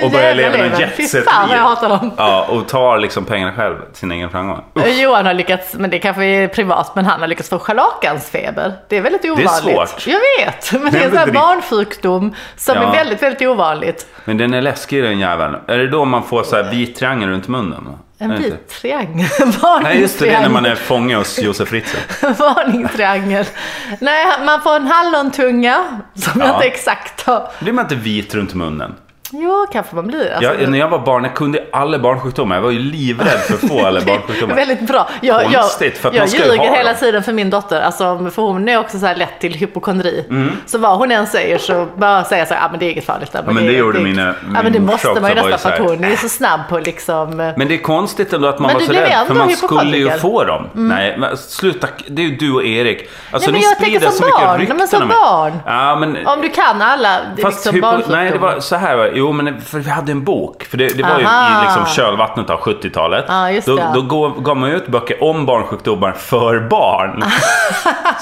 Speaker 2: Det,
Speaker 1: Och börjar leva
Speaker 2: Jävla
Speaker 1: något
Speaker 2: lever. Fy
Speaker 1: jetset
Speaker 2: fan vad jag hatar dem.
Speaker 1: Ja, och tar liksom pengarna själv, sin egen framgång. Usch,
Speaker 2: Eh, Johan har lyckats, men det kanske är privat, men han har lyckats få scharlakansfeber. Det är väldigt ovanligt.
Speaker 1: svårt.
Speaker 2: Jag vet, men det är en sån här
Speaker 1: bedrift.
Speaker 2: barnsjukdom som
Speaker 1: Ja.
Speaker 2: är väldigt, väldigt ovanligt.
Speaker 1: Men den är läskig den jäveln. Är det då man får så här vit triangel runt munnen? Är det
Speaker 2: En
Speaker 1: inte?
Speaker 2: vit triangel. <laughs>
Speaker 1: Nej just det, det är när man
Speaker 2: Varningstriangel.
Speaker 1: är fånge hos Josef Fritzl.
Speaker 2: Varningstriangel. <laughs> Nej, man får en hallontunga som
Speaker 1: Ja.
Speaker 2: jag inte exakt har.
Speaker 1: Blir man inte vit runt munnen?
Speaker 2: Jo, kanske man blir. Alltså,
Speaker 1: Jag, när jag var barn, jag kunde alla barnsjukdomar. Jag var ju livrädd för att få alla
Speaker 2: <laughs> Det är
Speaker 1: barnsjukdomar.
Speaker 2: Väldigt bra. Jag,
Speaker 1: Konstigt, för att
Speaker 2: jag,
Speaker 1: man
Speaker 2: jag
Speaker 1: ska ju ha
Speaker 2: ljuger hela
Speaker 1: dem.
Speaker 2: tiden för min dotter, alltså, för hon är också så här lätt till hypokondri.
Speaker 1: Mm.
Speaker 2: Så vad hon än säger så bara säger så här, ah, men det är inget farligt. där,
Speaker 1: men det gjorde mina-
Speaker 2: Ja
Speaker 1: min
Speaker 2: men det
Speaker 1: morsa
Speaker 2: måste man ju
Speaker 1: också, var ju
Speaker 2: nästan för
Speaker 1: så
Speaker 2: att
Speaker 1: här,
Speaker 2: hon är så snabb på liksom. eh,
Speaker 1: Men det är konstigt ändå att man
Speaker 2: Men
Speaker 1: var
Speaker 2: du
Speaker 1: så
Speaker 2: blev
Speaker 1: rädd, för
Speaker 2: ändå
Speaker 1: man skulle ju
Speaker 2: hypokondriker. Mm.
Speaker 1: få dem. Nej, men sluta. Det är ju du och Erik. Alltså
Speaker 2: Nej, men
Speaker 1: ni
Speaker 2: jag
Speaker 1: sprider
Speaker 2: tänker som
Speaker 1: så mycket
Speaker 2: barn.
Speaker 1: rykten
Speaker 2: Men som
Speaker 1: om er.
Speaker 2: barn.
Speaker 1: Ja, men
Speaker 2: Om du kan alla
Speaker 1: Fast
Speaker 2: liksom,
Speaker 1: hypo- nej, det
Speaker 2: barnsjukdomar.
Speaker 1: var så här. jo men för vi hade en bok. För det, det var ju
Speaker 2: Aha.
Speaker 1: i liksom kölvattnet av 70-talet.
Speaker 2: Ja, just
Speaker 1: då
Speaker 2: det.
Speaker 1: då gav, gav man ut böcker om barnsjukdomar för
Speaker 2: <laughs>
Speaker 1: barn.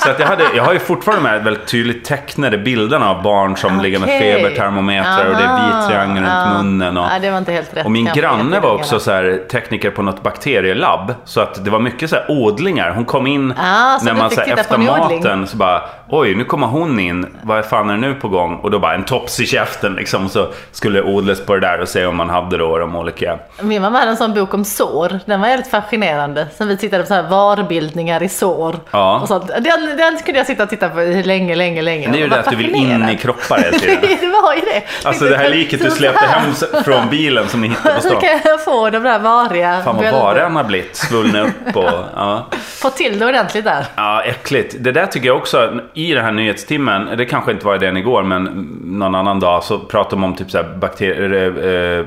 Speaker 1: så att jag, hade, jag har ju fortfarande med väldigt tydligt tecknade bilderna av barn som ligger med
Speaker 2: Ah, Okej.
Speaker 1: febertermometrar och det är
Speaker 2: Aha.
Speaker 1: vittriangel
Speaker 2: Ja.
Speaker 1: runt munnen. Och,
Speaker 2: Nej, det var inte helt rätt.
Speaker 1: och min
Speaker 2: kanske,
Speaker 1: granne
Speaker 2: helt
Speaker 1: var
Speaker 2: rätt.
Speaker 1: också så här, tekniker på något bakterielabb. Så att det var mycket så här ådlingar. Hon kom in
Speaker 2: Ah, så
Speaker 1: när
Speaker 2: du
Speaker 1: man
Speaker 2: fick
Speaker 1: så här,
Speaker 2: titta på
Speaker 1: efter
Speaker 2: en ådling.
Speaker 1: maten så bara Oj, nu kommer hon in. Vad fan är det nu på gång? Och då bara en tops i käften liksom. Så skulle det odlas på det där och se om man hade då de olika.
Speaker 2: Min mamma hade en sån bok om sår. Den var helt fascinerande. Sen vi tittade på så här varbildningar i sår.
Speaker 1: Ja.
Speaker 2: Och sånt. Den, den kunde jag sitta och titta på i länge, länge, länge.
Speaker 1: Men det är ju
Speaker 2: Jag
Speaker 1: det
Speaker 2: var
Speaker 1: att du vill in
Speaker 2: fascinerad.
Speaker 1: i
Speaker 2: <laughs>
Speaker 1: kroppar hela tiden.
Speaker 2: det var ju det.
Speaker 1: Alltså det här liket du släppte
Speaker 2: <laughs>
Speaker 1: hem från bilen som ni hittade på
Speaker 2: Hur
Speaker 1: stan.
Speaker 2: kan jag få de där variga
Speaker 1: Fan vad
Speaker 2: bältena?
Speaker 1: bara han har blivit. Svullna upp och
Speaker 2: <laughs>
Speaker 1: ja.
Speaker 2: Få till det ordentligt där.
Speaker 1: Ja, äckligt. Det där tycker jag också, i den här nyhetstimmen, det kanske inte var den igår, men någon annan dag så pratade de om typ så här bakterier... Eh,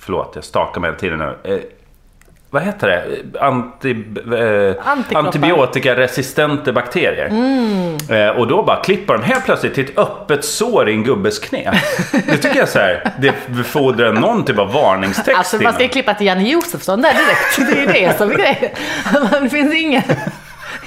Speaker 1: förlåt, jag stakar mig hela tiden nu. Eh, vad heter det? Anti, eh,
Speaker 2: Antikroppar. Mm.
Speaker 1: antibiotikaresistenta bakterier. Eh, och då bara klipper de helt plötsligt till ett öppet sår i en gubbes knä. Det tycker jag så här, det befordrar någon typ av varningstext.
Speaker 2: Alltså man ska ju
Speaker 1: innan.
Speaker 2: klippa till Janne Josefsson där direkt. Det är ju det som är grejen. <laughs> Det finns ingen,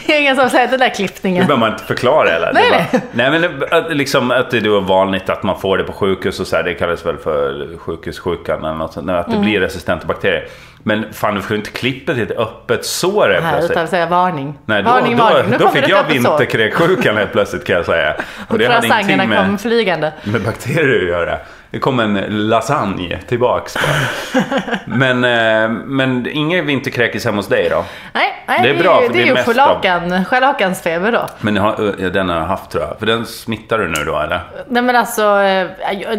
Speaker 2: ingen som säger den där
Speaker 1: Det
Speaker 2: klippningen.
Speaker 1: behöver man inte förklara heller.
Speaker 2: Nej,
Speaker 1: det bara, nej men det- att, liksom, att det då är vanligt att man får det på sjukhus och så här, det kallas väl för sjukhussjukan eller något sånt, att
Speaker 2: Mm.
Speaker 1: det blir resistenta bakterier. Men fan du får ju inte klippa till ett öppet sår helt
Speaker 2: Här, utan
Speaker 1: plötsligt.
Speaker 2: att säga varning.
Speaker 1: Nej, då,
Speaker 2: varning,
Speaker 1: då,
Speaker 2: varning. Nu
Speaker 1: då
Speaker 2: kommer
Speaker 1: fick
Speaker 2: det
Speaker 1: jag
Speaker 2: ett öppet sår.
Speaker 1: vinterkräksjukan helt plötsligt kan jag
Speaker 2: <laughs>
Speaker 1: säga. Och det hade ingenting
Speaker 2: Croissangerna kom
Speaker 1: med,
Speaker 2: flygande.
Speaker 1: med bakterier att göra. Det kom en lasagne tillbaks. bara.
Speaker 2: <laughs>
Speaker 1: men, eh, men inga vinterkräkis hemma hos dig då?
Speaker 2: Nej, nej,
Speaker 1: Det är bra,
Speaker 2: ju-
Speaker 1: för
Speaker 2: det
Speaker 1: det är
Speaker 2: är ju
Speaker 1: mest
Speaker 2: scharlakansfeber feber då.
Speaker 1: Men den har, ja, den har jag haft tror jag. För den smittar du nu då eller?
Speaker 2: Nej men alltså, eh,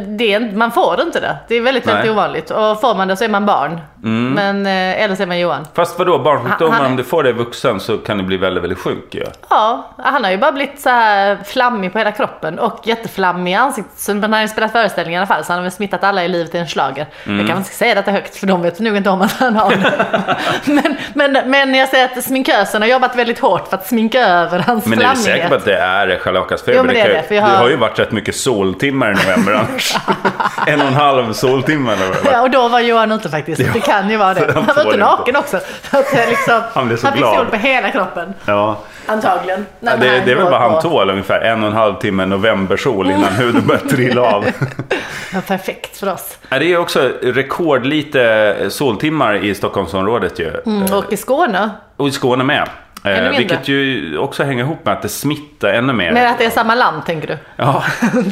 Speaker 2: det är, inte- man får inte det. Det är väldigt, väldigt
Speaker 1: Nej. Mm.
Speaker 2: ovanligt. Och får man det så är man barn. Men, eh, eller så är man Johan.
Speaker 1: Fast vadå, barnsjukdomar,
Speaker 2: Han- han-
Speaker 1: om du får det vuxen så kan du bli väldigt, väldigt sjuk ju.
Speaker 2: Ja, han har ju bara blivit så här flammig på hela kroppen och jätteflammig i ansiktet. Så men han har ju spelat föreställningar i alla fall så han har väl smittat alla i livet i en schlager.
Speaker 1: Mm.
Speaker 2: Jag kanske inte ska säga detta högt för de vet nog inte om att han har det. <laughs> men, men, men jag säger att sminkösen har jobbat väldigt hårt för att sminka över hans
Speaker 1: Men är du
Speaker 2: flammighet.
Speaker 1: säker på att det är scharlakasfeber?
Speaker 2: Jo, men det är
Speaker 1: kan ju-
Speaker 2: det, för jag
Speaker 1: Du
Speaker 2: har-
Speaker 1: har ju varit rätt mycket soltimmar i november
Speaker 2: <laughs>
Speaker 1: annars. en och en halv soltimme eller vad det var.
Speaker 2: Ja, och då var Johan ute faktiskt. Det kan ju
Speaker 1: <laughs>
Speaker 2: vara
Speaker 1: så
Speaker 2: det.
Speaker 1: han
Speaker 2: Han
Speaker 1: får
Speaker 2: var ute
Speaker 1: det
Speaker 2: naken också. Så att det liksom,
Speaker 1: <laughs> Han blev så
Speaker 2: han fick
Speaker 1: glad.
Speaker 2: sol på hela kroppen.
Speaker 1: Ja.
Speaker 2: Antagligen. Nej, men
Speaker 1: det, det är väl
Speaker 2: går
Speaker 1: vad han
Speaker 2: på-
Speaker 1: tål ungefär. En och en halv timme novembersol
Speaker 2: <laughs>
Speaker 1: innan huden börjar trilla av.
Speaker 2: Ja, perfekt för oss.
Speaker 1: Ja, det är ju också rekordlite soltimmar i Stockholmsområdet ju.
Speaker 2: Mm, och i Skåne.
Speaker 1: Och i Skåne med. Eh,
Speaker 2: mindre.
Speaker 1: vilket ju också hänger ihop med att det smittar ännu mer.
Speaker 2: Men att det är samma land tänker du? <laughs>
Speaker 1: Ja.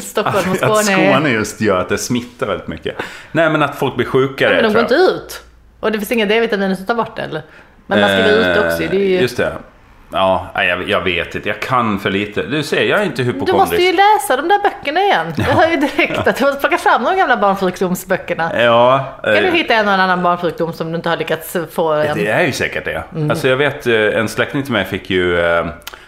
Speaker 2: Stockholm och
Speaker 1: Att- Att
Speaker 2: Skåne. är-
Speaker 1: Skåne just gör att det smittar väldigt mycket. Nej men att folk blir sjukare.
Speaker 2: Men de går
Speaker 1: tror
Speaker 2: inte
Speaker 1: jag.
Speaker 2: ut. Och det finns inga D-vitaminer som tar bort det eller? Men man ska ju ut också. Det är ju...
Speaker 1: Eh, Just det. Ja, nej, jag, jag vet inte. Jag kan för lite. Du ser, jag är inte
Speaker 2: Du
Speaker 1: hypokondrisk.
Speaker 2: måste ju läsa de där böckerna igen. Jag hör ju direkt att du måste plocka fram de gamla barnsjukdomsböckerna.
Speaker 1: Ja,
Speaker 2: Kan du
Speaker 1: eh,
Speaker 2: hitta en och annan barnsjukdom som du inte har lyckats få än?
Speaker 1: det är ju säkert det.
Speaker 2: Mm.
Speaker 1: Alltså jag vet, eh, en släkting till mig fick ju, eh,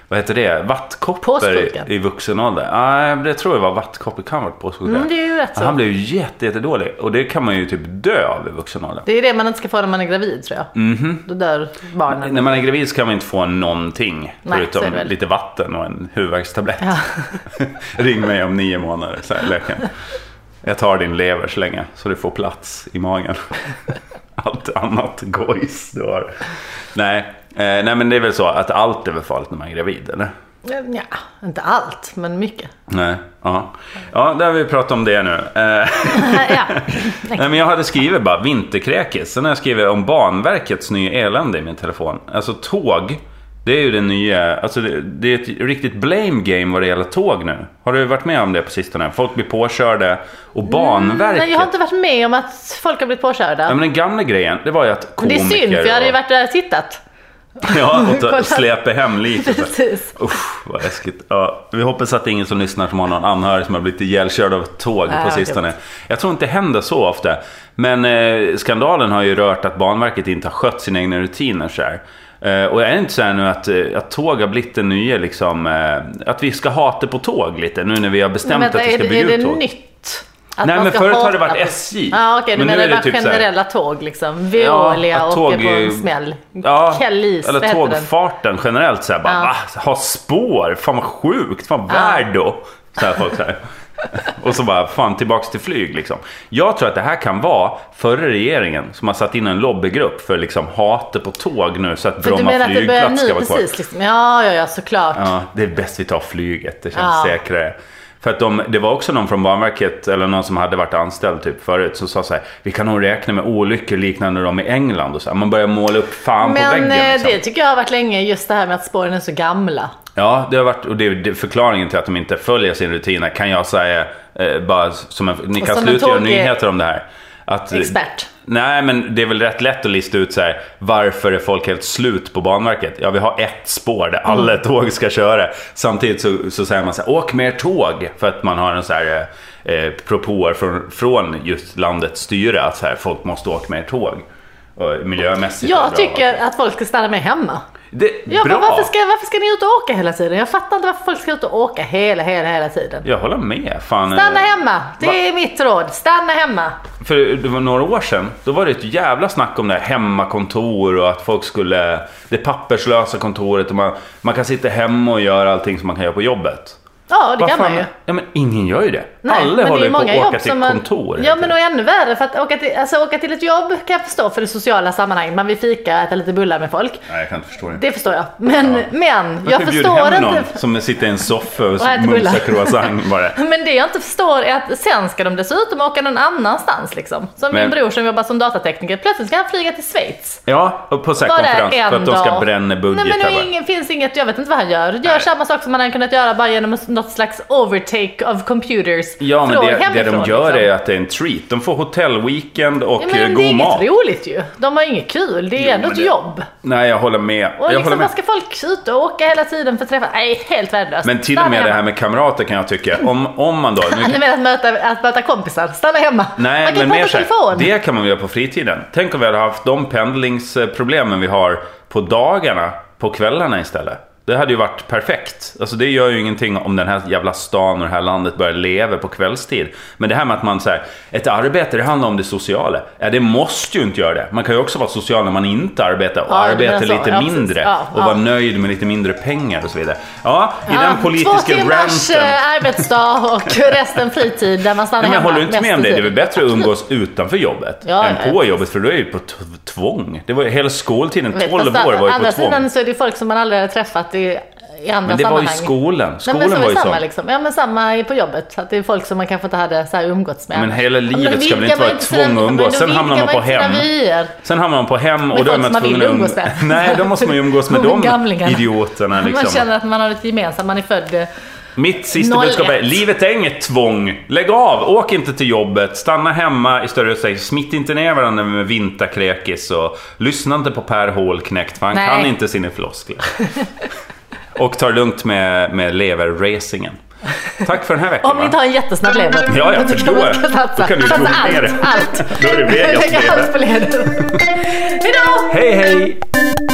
Speaker 1: vad heter det, vattkoppor i,
Speaker 2: Påssjuka.
Speaker 1: i vuxen ålder. Nej, det tror jag var vattkoppor. Kan ha varit påssjuka.
Speaker 2: Mm, det är ju rätt så.
Speaker 1: Han blev ju jätte, jättedålig. Och det kan man ju typ dö av i vuxen ålder.
Speaker 2: Det är det man inte ska få när man är gravid tror jag.
Speaker 1: Mhm.
Speaker 2: Då dör barnen.
Speaker 1: När man är gravid så kan man inte få någonting
Speaker 2: Nej, så är
Speaker 1: förutom
Speaker 2: det väl.
Speaker 1: lite vatten och en huvudvärkstablett.
Speaker 2: Ja.
Speaker 1: <laughs> Ring mig om nio månader, så här, läkaren. Jag tar din lever så länge så du får plats i magen. <laughs> Allt annat gojs du har. Nej, eh, nej men det är väl så att allt är väl farligt när man är gravid eller?
Speaker 2: Nja, inte allt,
Speaker 1: <laughs>
Speaker 2: men mycket.
Speaker 1: Nej, ja. Ja, där har vi pratat om det nu. Eh,
Speaker 2: ja.
Speaker 1: Nej, men jag hade skrivit bara vinterkräkis. Sen har jag skrivit om Banverkets nya elände i min telefon. Alltså tåg, det är ju det nya. Alltså det, det är ett riktigt blame game vad det gäller tåg nu. Har du varit med om det på sistone? Folk blir påkörda och Banverket.
Speaker 2: Mm, Nej, jag har inte varit med om att folk har blivit påkörda.
Speaker 1: Ja, men den gamla grejen, det var ju att
Speaker 2: det är
Speaker 1: komiker
Speaker 2: synd, för jag hade ju varit där och tittat.
Speaker 1: och, ja, och, ta-
Speaker 2: Kolla.
Speaker 1: och släpa hem lite.
Speaker 2: Precis.
Speaker 1: Usch, vad läskigt. Ja, vi hoppas att det är ingen som lyssnar som har någon anhörig som har blivit ihjälkörd av ett tåg
Speaker 2: Nej,
Speaker 1: på
Speaker 2: det är
Speaker 1: sistone. Jag tror inte det händer så ofta. Men eh, skandalen har ju rört att Banverket inte har skött sina egna rutiner. Så här. Eh, och är det inte så här nu att, eh, att tåg har blivit det nya, liksom, eh, att vi ska hata på tåg lite nu när vi har bestämt
Speaker 2: Men vänta,
Speaker 1: att vi
Speaker 2: är,
Speaker 1: ska
Speaker 2: det-
Speaker 1: bygga
Speaker 2: är
Speaker 1: ut
Speaker 2: det
Speaker 1: tåg?
Speaker 2: nytt? Att
Speaker 1: Nej,
Speaker 2: man
Speaker 1: men
Speaker 2: ska
Speaker 1: förut har det
Speaker 2: hata
Speaker 1: varit
Speaker 2: på-
Speaker 1: SJ.
Speaker 2: Ja, okej, du
Speaker 1: Men nu
Speaker 2: menar
Speaker 1: är det
Speaker 2: bara
Speaker 1: typ så här-
Speaker 2: generella tåg liksom. Veolia
Speaker 1: att
Speaker 2: åker på
Speaker 1: är-
Speaker 2: en smäll.
Speaker 1: Ja,
Speaker 2: Kellis, vad
Speaker 1: eller
Speaker 2: heter den?
Speaker 1: tågfarten generellt. Så här, bara,
Speaker 2: Ja.
Speaker 1: Va? Ha spår? Fan vad sjukt. Fan värd då. Så här, <laughs> folk, så här. Och så bara, fan tillbaks till flyg liksom. Jag tror att det här kan vara förra regeringen som har satt in en lobbygrupp för liksom hatet på tåg nu så att
Speaker 2: För du
Speaker 1: Bromma
Speaker 2: menar att det börjar
Speaker 1: flygplats
Speaker 2: nu
Speaker 1: ska vara kvar.
Speaker 2: precis? Liksom. Ja, ja, ja, såklart.
Speaker 1: Ja, det är bäst vi tar flyget. Det känns
Speaker 2: Ja.
Speaker 1: säkrare. För att de, det var också någon från Banverket, eller någon som hade varit anställd typ förut, som sa så här, vi kan nog räkna med olyckor liknande de i England och så här. Man börjar måla upp fan på
Speaker 2: Men
Speaker 1: väggen.
Speaker 2: eh,
Speaker 1: liksom.
Speaker 2: det tycker jag har varit länge, just det här med att spåren är så gamla.
Speaker 1: Ja, det har varit, och det är det- förklaringen till att de inte följer sin rutin. Kan jag säga, eh, bara som en, ni kan
Speaker 2: som en
Speaker 1: sluta göra
Speaker 2: tåg-
Speaker 1: nyheter om det här. Att,
Speaker 2: Expert.
Speaker 1: Nej, men det är väl rätt lätt att lista ut så här, varför är folk helt slut på Banverket? Ja, vi har ett spår där alla
Speaker 2: Mm.
Speaker 1: tåg ska köra. Samtidigt så, så säger man så här, åk mer tåg. För att man har en så här eh, eh, propåer från, från just landets styre att så här, folk måste åka mer tåg. Och Miljömässigt är det
Speaker 2: Jag
Speaker 1: bra.
Speaker 2: tycker att folk ska stanna mer hemma.
Speaker 1: det,
Speaker 2: Ja,
Speaker 1: bra.
Speaker 2: men varför, ska, varför ska ni ut och åka hela tiden? Jag fattar inte varför folk ska ut och åka hela, hela, hela tiden.
Speaker 1: Jag håller med. Fan,
Speaker 2: Stanna
Speaker 1: eh,
Speaker 2: hemma,
Speaker 1: va-
Speaker 2: det är mitt råd. Stanna hemma.
Speaker 1: För det var några år sedan, då var det ett jävla snack om det här hemmakontor och att folk skulle... Det papperslösa kontoret och man, man kan sitta hemma och göra allting som man kan göra på jobbet.
Speaker 2: Ja, det
Speaker 1: Vad
Speaker 2: kan
Speaker 1: fan-
Speaker 2: man ju.
Speaker 1: Ja men ingen gör ju det.
Speaker 2: Nej,
Speaker 1: Alla
Speaker 2: men det är
Speaker 1: håller ju på
Speaker 2: många
Speaker 1: att åka
Speaker 2: jobb
Speaker 1: till
Speaker 2: som
Speaker 1: kontor.
Speaker 2: Ja men och ännu värre för att åka till, alltså, åka till ett jobb kan jag förstå för det sociala sammanhanget. Man vill fika, äta lite bullar med folk.
Speaker 1: Nej jag kan inte förstå det.
Speaker 2: Det förstår jag. Men,
Speaker 1: Ja.
Speaker 2: men
Speaker 1: Man
Speaker 2: jag
Speaker 1: kan bjuda
Speaker 2: förstår
Speaker 1: hem
Speaker 2: inte.
Speaker 1: någon som sitter i en soffa och,
Speaker 2: Och äter
Speaker 1: mumsar
Speaker 2: bullar.
Speaker 1: croissant bara.
Speaker 2: <laughs> Men det jag inte förstår är att sen ska de dessutom åka någon annanstans liksom. Som
Speaker 1: Men-
Speaker 2: min bror som jobbar som datatekniker. Plötsligt ska han flyga till Schweiz.
Speaker 1: Ja, och på så här
Speaker 2: Bara
Speaker 1: konferens för att
Speaker 2: en
Speaker 1: de ska
Speaker 2: dag.
Speaker 1: bränna
Speaker 2: Nej men
Speaker 1: budgetar
Speaker 2: det
Speaker 1: bara.
Speaker 2: är ingen, finns inget, jag vet inte vad han gör. Gör
Speaker 1: Nej.
Speaker 2: samma sak som han hade kunnat göra bara genom något slags overtake of computers.
Speaker 1: Ja men
Speaker 2: från
Speaker 1: det, det de
Speaker 2: hemifrån,
Speaker 1: gör
Speaker 2: liksom.
Speaker 1: är att det är en treat. De får hotellweekend och
Speaker 2: Ja,
Speaker 1: eh,
Speaker 2: men det är
Speaker 1: god
Speaker 2: inget
Speaker 1: mat.
Speaker 2: roligt ju. De har inget kul. Det är
Speaker 1: Jo,
Speaker 2: ändå
Speaker 1: men
Speaker 2: ett
Speaker 1: det-
Speaker 2: jobb.
Speaker 1: Nej jag håller med.
Speaker 2: Och
Speaker 1: jag håller
Speaker 2: liksom,
Speaker 1: med.
Speaker 2: vad ska folk ut och åka hela tiden för att träffa? Nej, helt värdelöst.
Speaker 1: Men till och
Speaker 2: Stanna
Speaker 1: med det
Speaker 2: hemma.
Speaker 1: här med kamrater kan jag tycka. Om, om man då... Nu,
Speaker 2: Du menar att möta, att möta kompisar? Stanna hemma.
Speaker 1: nej,
Speaker 2: man
Speaker 1: men
Speaker 2: kan prata
Speaker 1: mer
Speaker 2: i
Speaker 1: så här,
Speaker 2: telefon.
Speaker 1: Det kan man göra på fritiden. Tänk om vi hade haft de pendlingsproblemen vi har på dagarna, på kvällarna istället. Det hade ju varit perfekt. Alltså det gör ju ingenting om den här jävla stan och det här landet börjar leva på kvällstid. Men det här med att man säger, ett arbete det handlar om det sociala. Ja, det måste ju inte göra det. Man kan ju också vara social när man inte arbetar och
Speaker 2: Ja, du menar
Speaker 1: arbeta
Speaker 2: så.
Speaker 1: lite
Speaker 2: Ja, precis.
Speaker 1: mindre.
Speaker 2: Ja,
Speaker 1: och
Speaker 2: ja.
Speaker 1: vara nöjd med lite mindre pengar och så vidare. Ja, i den
Speaker 2: Två
Speaker 1: politiska
Speaker 2: timmars
Speaker 1: ranten.
Speaker 2: eh, arbetsdag och resten fritid där man stannar
Speaker 1: Nej, men jag
Speaker 2: hemma.
Speaker 1: håller du inte med
Speaker 2: mest
Speaker 1: om det? Det är väl
Speaker 2: tid.
Speaker 1: bättre att umgås utanför jobbet
Speaker 2: Ja,
Speaker 1: än
Speaker 2: ja,
Speaker 1: på jobbet, för då är ju på t- tvång. Det var ju hela skoltiden,
Speaker 2: Vet,
Speaker 1: 12
Speaker 2: fast
Speaker 1: år var
Speaker 2: å
Speaker 1: ju på
Speaker 2: andra
Speaker 1: tvång.
Speaker 2: sidan så är det ju folk som man aldrig har träffat i, i andra
Speaker 1: Men det var ju
Speaker 2: sammanhang.
Speaker 1: skolan.
Speaker 2: Nej,
Speaker 1: Skolan
Speaker 2: men så
Speaker 1: var ju
Speaker 2: samma,
Speaker 1: sån.
Speaker 2: liksom. Ja men samma i- på jobbet. Så att det är folk som man kanske inte hade så här umgåtts med.
Speaker 1: Men hela
Speaker 2: Ja,
Speaker 1: livet ska
Speaker 2: vidgar
Speaker 1: väl inte
Speaker 2: man
Speaker 1: vara ett
Speaker 2: sina-
Speaker 1: tvång att
Speaker 2: men
Speaker 1: umgås.
Speaker 2: då
Speaker 1: Sen hamnar
Speaker 2: vidgar
Speaker 1: man på
Speaker 2: inte
Speaker 1: hem.
Speaker 2: sina vyer.
Speaker 1: Sen hamnar man på hem och
Speaker 2: Med
Speaker 1: då är
Speaker 2: folk
Speaker 1: man
Speaker 2: som man
Speaker 1: tvungen
Speaker 2: vill
Speaker 1: att umgås
Speaker 2: umgås med.
Speaker 1: Nej, då måste man ju umgås med
Speaker 2: <laughs> Och med
Speaker 1: de
Speaker 2: gamlingarna.
Speaker 1: idioterna. Liksom.
Speaker 2: Man känner att man har ett gemensamt, man är född... eh,
Speaker 1: Mitt sista
Speaker 2: 01.
Speaker 1: budskap är, livet är inget tvång. Lägg av, åk inte till jobbet, stanna hemma i större utsträckning. Smitt inte ner varandra med vinterkräkis och lyssna inte på Per Hålknekt för han
Speaker 2: Nej.
Speaker 1: kan inte sina
Speaker 2: <laughs>
Speaker 1: floskler. och ta det lugnt med, med leverracingen. Tack för den här veckan.
Speaker 2: Om ni inte
Speaker 1: va?
Speaker 2: har en jättesnabb lever.
Speaker 1: Ja,
Speaker 2: <laughs>
Speaker 1: ja, för då,
Speaker 2: man ska satsa.
Speaker 1: då kan du ju
Speaker 2: Satsa
Speaker 1: tona ner det.
Speaker 2: allt, allt.
Speaker 1: Då är det Vegas <laughs>
Speaker 2: Lägga
Speaker 1: lever.
Speaker 2: allt på leder. Hejdå!
Speaker 1: Hej, hej!